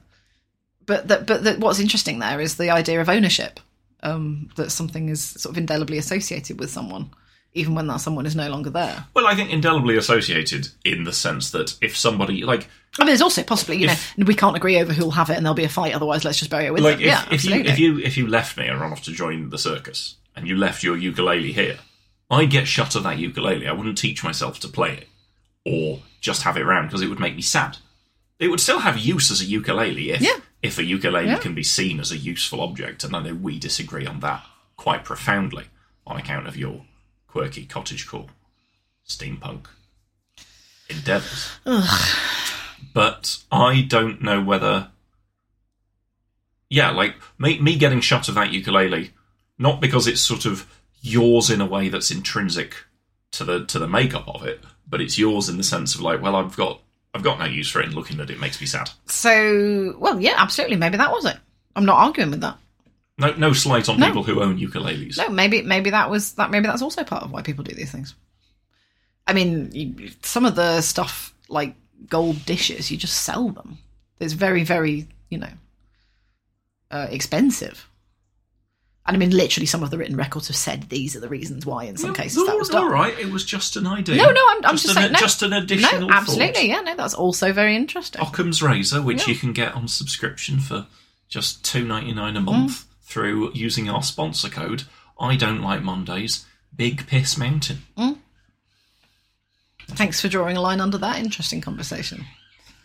S1: But that, but that, what's interesting there is the idea of ownership. Um, that something is sort of indelibly associated with someone, even when that someone is no longer there.
S2: Well, I think indelibly associated in the sense that if somebody like
S1: I mean, there's also possibly, you
S2: If-
S1: know, we can't agree over who'll have it, and there'll be a fight. Otherwise, let's just bury it with
S2: like
S1: them.
S2: if,
S1: yeah,
S2: if you
S1: absolutely.
S2: if you if you left me and ran off to join the circus and you left your ukulele here, I'd get shut of that ukulele. I wouldn't teach myself to play it or just have it around because it would make me sad. It would still have use as a ukulele if
S1: Yeah.
S2: if a ukulele
S1: Yeah.
S2: can be seen as a useful object, and I know we disagree on that quite profoundly on account of your quirky cottagecore steampunk endeavours. But I don't know whether. Yeah, like me, me getting shut of that ukulele, not because it's sort of yours in a way that's intrinsic to the to the makeup of it, but it's yours in the sense of like, well, I've got I've got no use for it, and looking at it makes me sad.
S1: so, well, yeah, absolutely. Maybe that was it. I'm not arguing with that.
S2: No, no slight on
S1: No.
S2: people who own ukuleles.
S1: No, maybe maybe that was that. Maybe that's also part of why people do these things. I mean, you, some of the stuff like gold dishes, you just sell them. It's very very you know uh, expensive. And I mean, literally, some of the written records have said these are the reasons why, in some cases, that was done.
S2: all right. It was just an idea.
S1: No, no, I'm, I'm just,
S2: an,
S1: saying. No,
S2: just an additional.
S1: No,
S2: thought.
S1: absolutely, yeah. No, that's also very interesting.
S2: Occam's Razor, which
S1: Yeah.
S2: you can get on subscription for just two ninety
S1: Mm.
S2: nine a month through using our sponsor code. I don't like Mondays. Big Piss Mountain.
S1: Thanks for drawing a line under that interesting conversation.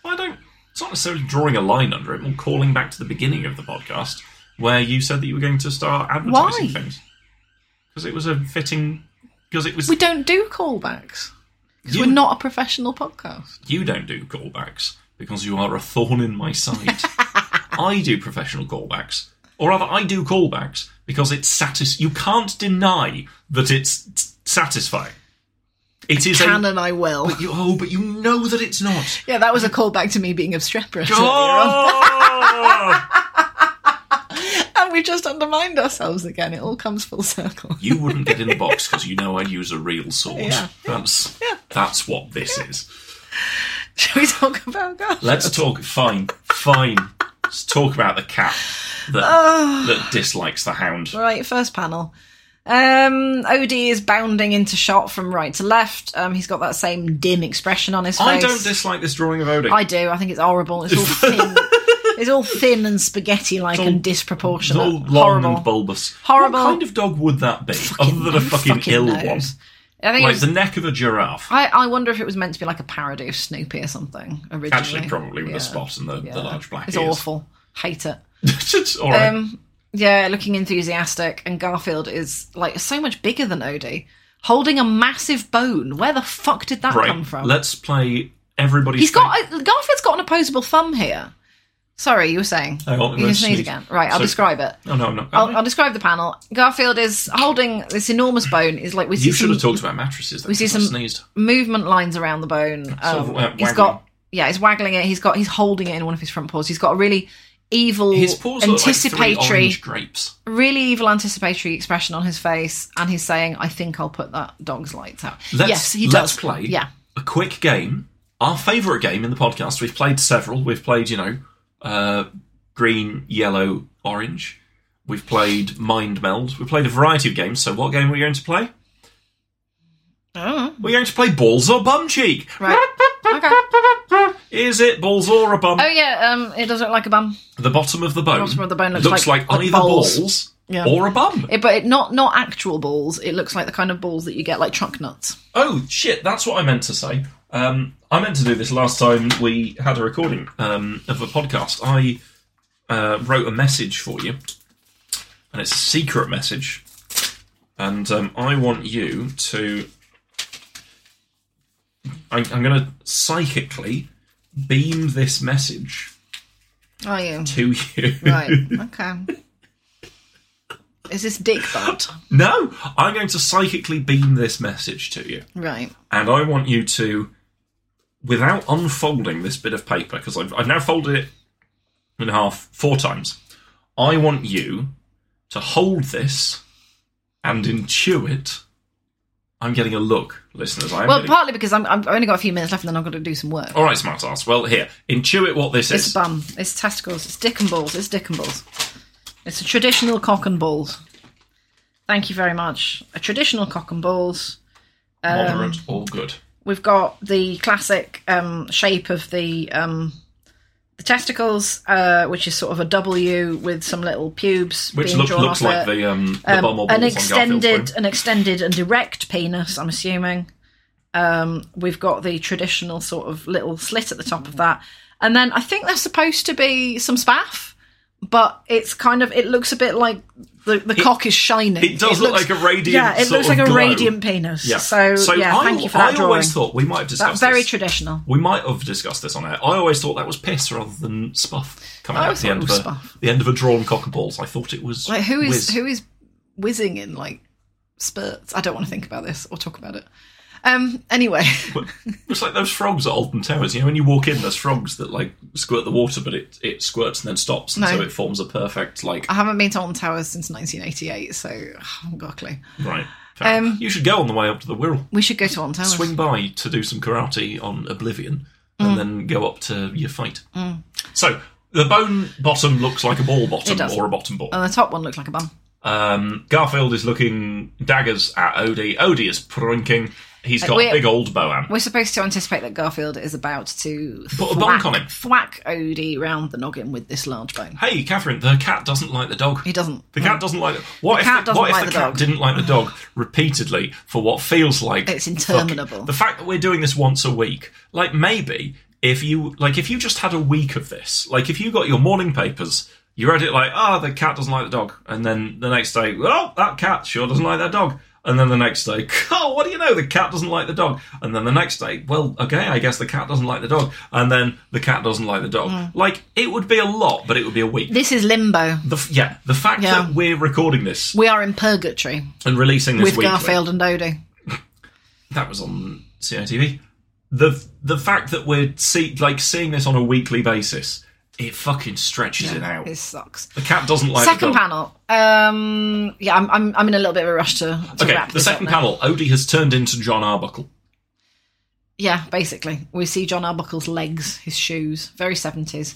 S2: I don't. It's not necessarily drawing a line under it. More calling back to the beginning of the podcast where you said that you were going to start advertising
S1: Why?
S2: things because it was a fitting. Because it was
S1: We don't do callbacks because
S2: You-
S1: we're not a professional podcast.
S2: You don't do callbacks because you are a thorn in my side. I do professional callbacks. Or rather, I do callbacks because it's satis. You can't deny that it's s- satisfying. It is
S1: Can
S2: a.
S1: and I will.
S2: You, oh, but you know that it's not.
S1: Yeah, that was a callback to me being obstreperous. earlier on.
S2: Oh!
S1: we've just undermined ourselves again. It all comes full circle.
S2: You wouldn't get in the box because you know I'd use a real sword.
S1: Yeah.
S2: That's
S1: Yeah.
S2: that's what this is.
S1: Shall we talk about that?
S2: Let's talk. Fine, fine. Let's talk about the cat that
S1: Oh.
S2: that dislikes the hound.
S1: Right, first panel. Um, OD is bounding into shot from right to left. Um, he's got that same dim expression on his face.
S2: I don't dislike this drawing of Odin.
S1: I do. I think it's horrible. It's all thin. it's all thin and spaghetti-like
S2: all-
S1: and
S2: it's all
S1: disproportionate.
S2: long
S1: Horrible.
S2: and bulbous.
S1: Horrible.
S2: What kind of dog would that be, other than a
S1: Who
S2: fucking, ill
S1: knows?
S2: one?
S1: I think it
S2: Like
S1: was-
S2: the neck of a giraffe.
S1: I, I wonder if it was meant to be like a parody of Snoopy or something originally.
S2: Actually, probably with
S1: Yeah.
S2: a spot and the,
S1: Yeah.
S2: the large black
S1: It's
S2: ears.
S1: awful. Hate it.
S2: It's all right.
S1: Um, yeah, looking enthusiastic, and Garfield is like so much bigger than Odie, holding a massive bone. Where the fuck did that
S2: right.
S1: come from?
S2: Let's play everybody's.
S1: He's got a, Garfield's got an opposable thumb here. Sorry, you were saying.
S2: Hang on, I'm
S1: you
S2: gonna
S1: can sneeze
S2: sneeze.
S1: again. Right, I'll
S2: Oh, So-
S1: describe it.
S2: Oh no, I'm not.
S1: I'll, I'll describe the panel. Garfield is holding this enormous bone. Is like we see
S2: you should
S1: some
S2: have talked about mattresses. Though,
S1: we see
S2: 'cause I
S1: some-
S2: sneezed.
S1: movement lines around the bone.
S2: of,
S1: Um,
S2: uh,
S1: he's
S2: waggling.
S1: got yeah, he's waggling it. He's got he's holding it in one of his front paws. He's got a really evil,
S2: His paws look like three
S1: anticipatory,
S2: orange grapes.
S1: really evil anticipatory expression on his face, and he's saying, "I think I'll put that dog's lights out."
S2: Let's,
S1: yes, he
S2: let's
S1: does.
S2: play
S1: Yeah.
S2: a quick game. Our favourite game in the podcast. We've played several. We've played, you know, uh, green, yellow, orange. We've played Mind Meld. We've played a variety of games. So, what game are we going to play?
S1: Oh,
S2: We're going to play Balls or Bum Cheek.
S1: right. okay.
S2: Is it balls or a bum?
S1: Oh yeah. Um, it does look like a bum,
S2: The bottom of the bone,
S1: Bottom of the bone looks like-
S2: like,
S1: like
S2: either
S1: balls.
S2: balls,
S1: Yeah.
S2: or a bum.
S1: it, but it, not not actual balls. It looks like the kind of balls that you get like trunk nuts.
S2: Oh shit, that's what I meant to say. Um, I meant to do this last time we had a recording um, of a podcast. I uh, wrote a message for you, and it's a secret message, and um, I want you to. I, I'm going to psychically beam this message
S1: Are you
S2: to you.
S1: Oh, right? Okay. Is this dick butt?
S2: No, I'm going to psychically beam this message to you.
S1: Right.
S2: and I want you to, without unfolding this bit of paper, because I've, I've now folded it in half four times, I want you to hold this and intuit. I'm getting a look, listeners. I am
S1: Well,
S2: getting-
S1: partly because I'm, I'm I've only got a few minutes left, and then I've got to do some work.
S2: All right, smart ass. Well, here, intuit what this
S1: It's
S2: is.
S1: bum. It's testicles. It's dick and balls. It's dick and balls. It's a traditional cock and balls. Thank you very much. A traditional cock and balls. um,
S2: Moderate or good.
S1: We've got the classic um, shape of the um, the testicles, uh, which is sort of a W with some little pubes
S2: Which
S1: being
S2: look,
S1: drawn
S2: looks
S1: off
S2: like
S1: it.
S2: the, um, the
S1: Um,
S2: bomb or balls
S1: an
S2: on Garfield's
S1: extended,
S2: phone.
S1: an extended and erect penis. I'm assuming. Um, we've got the traditional sort of little slit at the
S2: Mm-hmm.
S1: top of that, and then I think there's supposed to be some spaff, but it's kind of it looks a bit like the, the cock is shining.
S2: it does look like a radiant
S1: Yeah, it
S2: sort
S1: looks
S2: of
S1: like a
S2: glow.
S1: radiant penis.
S2: Yeah.
S1: So, yeah,
S2: I,
S1: thank you for that
S2: I
S1: drawing.
S2: always thought we might have discussed
S1: That's very
S2: this.
S1: traditional.
S2: We might have discussed this on air. I always thought that was piss rather than spuff coming
S1: I
S2: out
S1: always
S2: at the
S1: thought
S2: end
S1: it
S2: of
S1: was
S2: a,
S1: spuff.
S2: the end of a drawn cock and balls. I thought it was
S1: Like who is
S2: whiz.
S1: who is whizzing in like spurts? I don't want to think about this or talk about it. Um. Anyway.
S2: It's like those frogs at Alton Towers. You know, when you walk in, there's frogs that like squirt the water, but it, it squirts and then stops, and
S1: No.
S2: so it forms a perfect like
S1: I haven't been to Alton Towers since 1988, so I haven't got a clue.
S2: right. fair
S1: Um,
S2: enough. you should go on the way up to the Wirral,
S1: We should go to Alton Towers.
S2: swing by to do some karate on Oblivion,
S1: Mm.
S2: and then go up to your fight. So the bone bottom looks like a ball bottom
S1: does.
S2: or a bottom ball.
S1: And the top one looked like a bum.
S2: Um, Garfield is looking daggers at Odie. Odie is pranking. He's got
S1: we're-
S2: a big old boa.
S1: We're supposed to anticipate that Garfield is about to
S2: Put a
S1: thwack,
S2: bonk on him.
S1: thwack Odie round the noggin with this large bone.
S2: Hey, Catherine, the cat doesn't like the dog.
S1: He doesn't.
S2: The cat doesn't like. What if
S1: cat
S2: the,
S1: doesn't
S2: what if
S1: like
S2: the,
S1: the
S2: cat
S1: dog.
S2: didn't like the dog repeatedly for what feels like
S1: It's
S2: fucking-
S1: interminable.
S2: the fact that we're doing this once a week, like maybe if you like if you just had a week of this, like if you got your morning papers, you read it like, ah, the cat doesn't like the dog, and then the next day, well, that cat sure doesn't like that dog. And then the next day, oh, what do you know? The cat doesn't like the dog. And then the next day, well, okay, I guess the cat doesn't like the dog. And then the cat doesn't like the dog.
S1: Hmm.
S2: Like, it would be a lot, but it would be a week.
S1: This is limbo.
S2: The, f- yeah, the fact
S1: Yeah.
S2: that we're recording this
S1: We are in purgatory
S2: and releasing this
S1: with
S2: weekly,
S1: Garfield and Odie.
S2: that was on CITV. The the fact that we're see, like seeing this on a weekly basis It fucking stretches it out.
S1: It sucks.
S2: The cat doesn't like
S1: Second
S2: the dog.
S1: panel. Um, yeah, I'm, I'm, I'm in a little bit of a rush to, to
S2: Okay,
S1: wrap
S2: the
S1: this
S2: second
S1: up now.
S2: panel, Odie has turned into John Arbuckle.
S1: Yeah, basically. We see John Arbuckle's legs, his shoes, very 70s.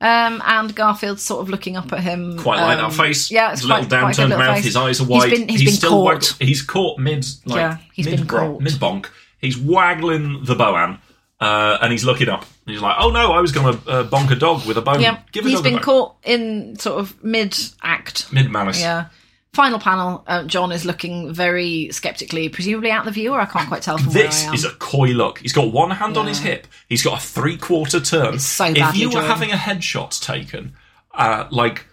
S1: Um, and Garfield's sort of looking up at him.
S2: Quite like
S1: um,
S2: that face.
S1: Yeah, it's
S2: His
S1: quite,
S2: little
S1: quite a
S2: downturned
S1: good little
S2: mouth.
S1: face.
S2: His eyes are wide.
S1: He's been, he's been
S2: still
S1: caught.
S2: wag- he's caught mid like
S1: Yeah, he's been
S2: mid bro-
S1: caught.
S2: mid bonk. He's waggling the boan, uh, and he's looking up. He's like, "Oh no, I was going to uh, bonk a dog with a bone.
S1: Yeah,
S2: Give a
S1: he's
S2: dog
S1: been
S2: a bone."
S1: caught in sort of mid act.
S2: Mid malice.
S1: Yeah. Final panel. Uh, John is looking very skeptically, presumably out the viewer. I can't quite tell from
S2: This
S1: where I am.
S2: is a coy look. He's got one hand on his
S1: Yeah.
S2: hip. He's got a three-quarter turn.
S1: so
S2: if
S1: badly
S2: you were
S1: drawn.
S2: having a headshot taken, uh, like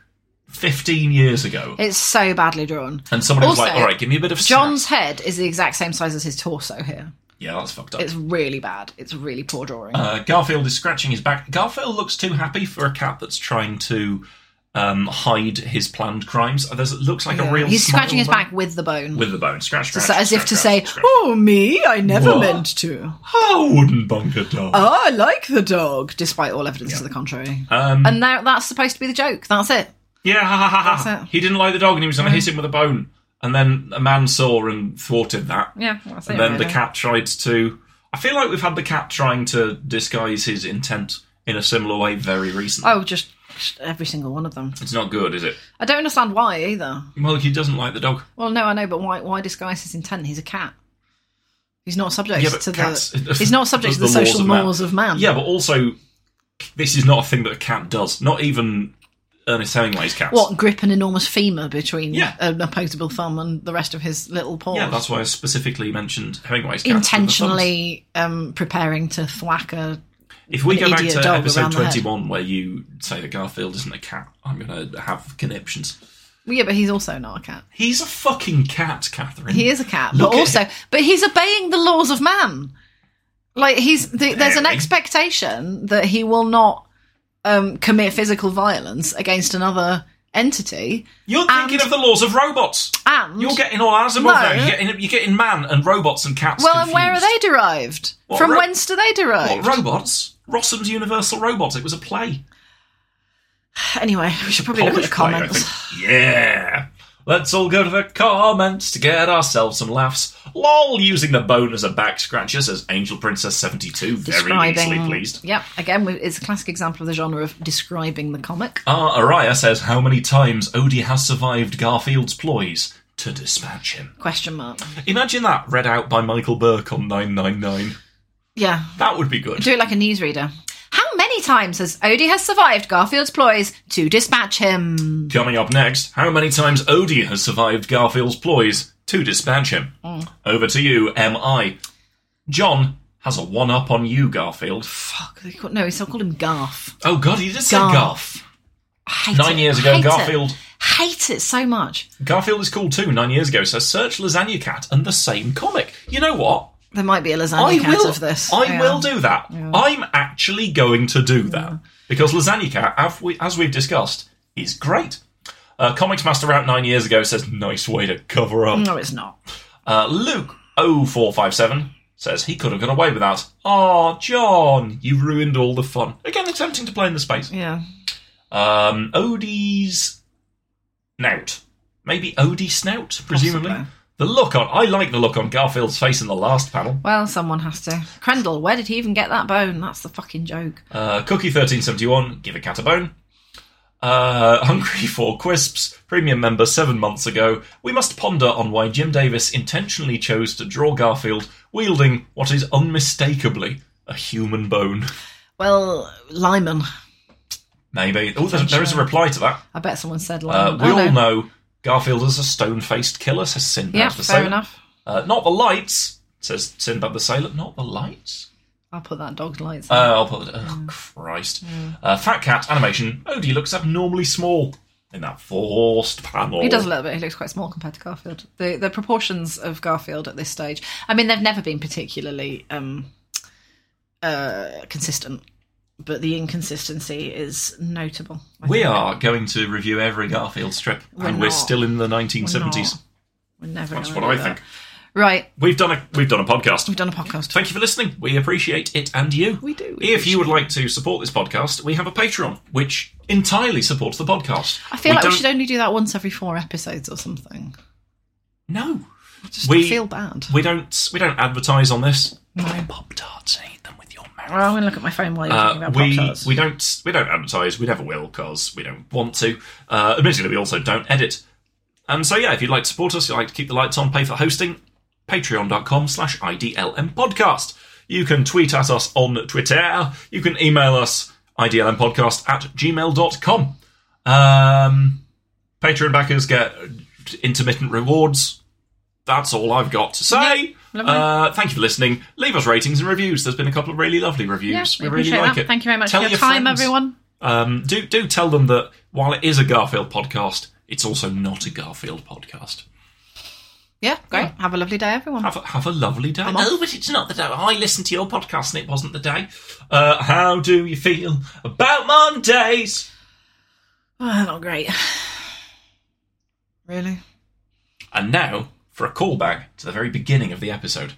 S2: fifteen years ago,
S1: it's so badly drawn.
S2: and somebody was like,
S1: Also,
S2: "All right, give me a bit of
S1: John's
S2: snap."
S1: head is the exact same size as his torso here.
S2: Yeah, that's fucked up.
S1: It's really bad. It's really poor drawing.
S2: Uh, Garfield is scratching his back. Garfield looks too happy for a cat that's trying to um, hide his planned crimes. Uh, There's, it looks like
S1: Yeah.
S2: a real.
S1: He's
S2: smile
S1: scratching his
S2: there.
S1: back with the bone,
S2: with the bone. Scratch, scratch.
S1: so, as if
S2: scratch,
S1: to say,
S2: scratch, scratch.
S1: "Oh me, I never
S2: What?
S1: meant to.
S2: "I wouldn't bunk a dog."
S1: Oh, I like the dog," despite all evidence to the contrary.
S2: um,
S1: and now that's supposed to be the joke. That's it.
S2: yeah, ha ha ha ha.
S1: That's it.
S2: He didn't like the dog, and he was going to hit him with a bone. And then a man saw and thwarted that.
S1: Yeah, that's
S2: and
S1: it.
S2: then the
S1: really.
S2: cat tried to. I feel like we've had the cat trying to disguise his intent in a similar way very recently.
S1: Oh, just every single one of them.
S2: It's not good, is it?
S1: I don't understand why either.
S2: Well, he doesn't like the dog.
S1: Well, no, I know, but why? Why disguise his intent? He's a cat. He's not subject
S2: Yeah, but
S1: to
S2: cats-
S1: the. He's not subject to the,
S2: the laws
S1: social
S2: of man.
S1: laws of man.
S2: Yeah, but also, this is not a thing that a cat does. Not even Ernest Hemingway's cats.
S1: What grip an enormous femur between
S2: Yeah.
S1: an opposable thumb and the rest of his little paws?
S2: Yeah, that's why I specifically mentioned Hemingway's cats. with the thumbs.
S1: Intentionally um, preparing to thwack a.
S2: If we
S1: an
S2: go back to
S1: idiot dog
S2: episode
S1: around the head.
S2: 21, where you say that Garfield isn't a cat, I'm going to have conniptions.
S1: Well, yeah, but he's also not a cat.
S2: He's a fucking cat, Catherine.
S1: He is a cat,
S2: Look
S1: but
S2: at
S1: also, but he's obeying the laws of man. Like he's th- there's an
S2: Very.
S1: expectation that he will not um, commit physical violence against another entity,
S2: You're thinking
S1: and-
S2: of the laws of robots.
S1: and
S2: You're getting all Asimov
S1: No.
S2: there. You're getting, you're getting man and robots and cats.
S1: Well, and
S2: confused.
S1: where are they derived?
S2: What,
S1: From
S2: ro-
S1: whence do they derive?
S2: What, robots? Rossum's Universal Robots. It was a play.
S1: anyway, we should probably look at the
S2: Polish play, I
S1: comments.
S2: think. yeah. Let's all go to the comments to get ourselves some laughs. Lol, using the bone as a back scratcher, says Angel Princess 72. Very easily pleased.
S1: Yep, again, we- it's a classic example of the genre of describing the comic.
S2: Ah, Araya says, How many times Odie has survived Garfield's ploys to dispatch him?
S1: Question mark.
S2: Imagine that read out by Michael Burke on 999.
S1: Yeah,
S2: That would be good.
S1: do it like a newsreader. How many times has Odie has survived Garfield's ploys to dispatch him?
S2: Coming up next, how many times Odie has survived Garfield's ploys to dispatch him?
S1: Mm.
S2: Over to you, M.I. John has a one up on you, Garfield.
S1: Fuck, they call- no, he still called him Garf.
S2: Oh, God, he did say
S1: Garf.
S2: Garf.
S1: I hate
S2: Nine
S1: it.
S2: years
S1: I
S2: ago,
S1: hate it.
S2: Garfield.
S1: Hate it so much.
S2: Garfield is cool too, nine years ago, so search Lasagna Cat and the same comic. You know what?
S1: There might be a lasagna
S2: I
S1: cat
S2: will,
S1: of this.
S2: I
S1: Yeah.
S2: will do that. I'm actually going to do that because Lasagna Cat, as, we, as we've discussed, is great. Uh, Comics Master out nine years ago says, nice way to cover up.
S1: No, it's not.
S2: Uh, Luke 0457 says he could have got away with that. Ah, John, you've ruined all the fun. Again, it's tempting to play in the space.
S1: Yeah.
S2: Um, Odie's Snout. Maybe Odie Snout, presumably.
S1: Possibly.
S2: The look on. I like the look on Garfield's face in the last panel.
S1: Well, someone has to. Crendel, where did he even get that bone? That's the fucking joke.
S2: Uh, Cookie1371, give a cat a bone. Uh, Hungry for Quisps, premium member seven months ago. We must ponder on why Jim Davis intentionally chose to draw Garfield wielding what is unmistakably a human bone.
S1: Well, Lyman.
S2: Maybe. Oh, there, there is a reply to that.
S1: I bet someone said
S2: Uh,
S1: Lyman.
S2: we
S1: Oh, no.
S2: all know Garfield is a stone faced killer, says Sinbad
S1: Yeah,
S2: the
S1: fair
S2: Sailor.
S1: enough.
S2: Uh, not the lights, says Sinbad the Sailor. Not the lights?
S1: I'll put that dog's lights on.
S2: Uh, I'll put it. Oh, Christ.
S1: Hmm.
S2: Uh, Fat Cat animation. Odie looks abnormally small in that forced panel.
S1: he does a little bit. He looks quite small compared to Garfield. The the proportions of Garfield at this stage. I mean, they've never been particularly um, uh, consistent, but the inconsistency is notable. I
S2: We
S1: think.
S2: are going to review every Garfield strip,
S1: We're
S2: and we're
S1: not.
S2: still in the
S1: We're
S2: 1970s.
S1: not- We're never.
S2: That's
S1: gonna
S2: what I
S1: do that.
S2: think.
S1: Right.
S2: We've done a we've done a podcast.
S1: We've done a podcast.
S2: Thank you for listening. We appreciate it and you.
S1: We do. We
S2: if you would like to support this podcast, we have a Patreon, which entirely supports the podcast.
S1: I feel
S2: We
S1: like we
S2: don't-
S1: should only do that once every four episodes or something.
S2: No.
S1: Just
S2: We-
S1: feel bad.
S2: We don't we don't advertise on this.
S1: No.
S2: Pop tarts, eat them with your mouth.
S1: Well, Oh, I'm going to look at my phone while you're talking
S2: Uh,
S1: about
S2: we
S1: Pop-Tarts.
S2: we don't we don't advertise. We never will because we don't want to. Uh, admittedly, we also don't edit. And so yeah, if you'd like to support us, you'd like to keep the lights on, pay for hosting, patreon.com slash idlm podcast. You can tweet at us on Twitter. You can email us idlmpodcast at gmail.com. Um, Patreon backers get intermittent rewards. That's all I've got to say.
S1: Lovely.
S2: Uh, thank you for listening. Leave us ratings and reviews. There's been a couple of really lovely reviews.
S1: Yeah, we
S2: we really
S1: appreciate
S2: like
S1: that.
S2: it.
S1: Thank you very much
S2: Tell
S1: for your, time,
S2: friends.
S1: everyone.
S2: Um, do do tell them that while it is a Garfield podcast, it's also not a Garfield podcast.
S1: Yeah, great. Have a lovely day, everyone.
S2: Have a, have a lovely day.
S1: off.
S2: Oh, but it's not the day. I listened to your podcast and it wasn't the day. Uh, how do you feel about Mondays?
S1: Oh, not great. Really?
S2: And now for a callback to the very beginning of the episode.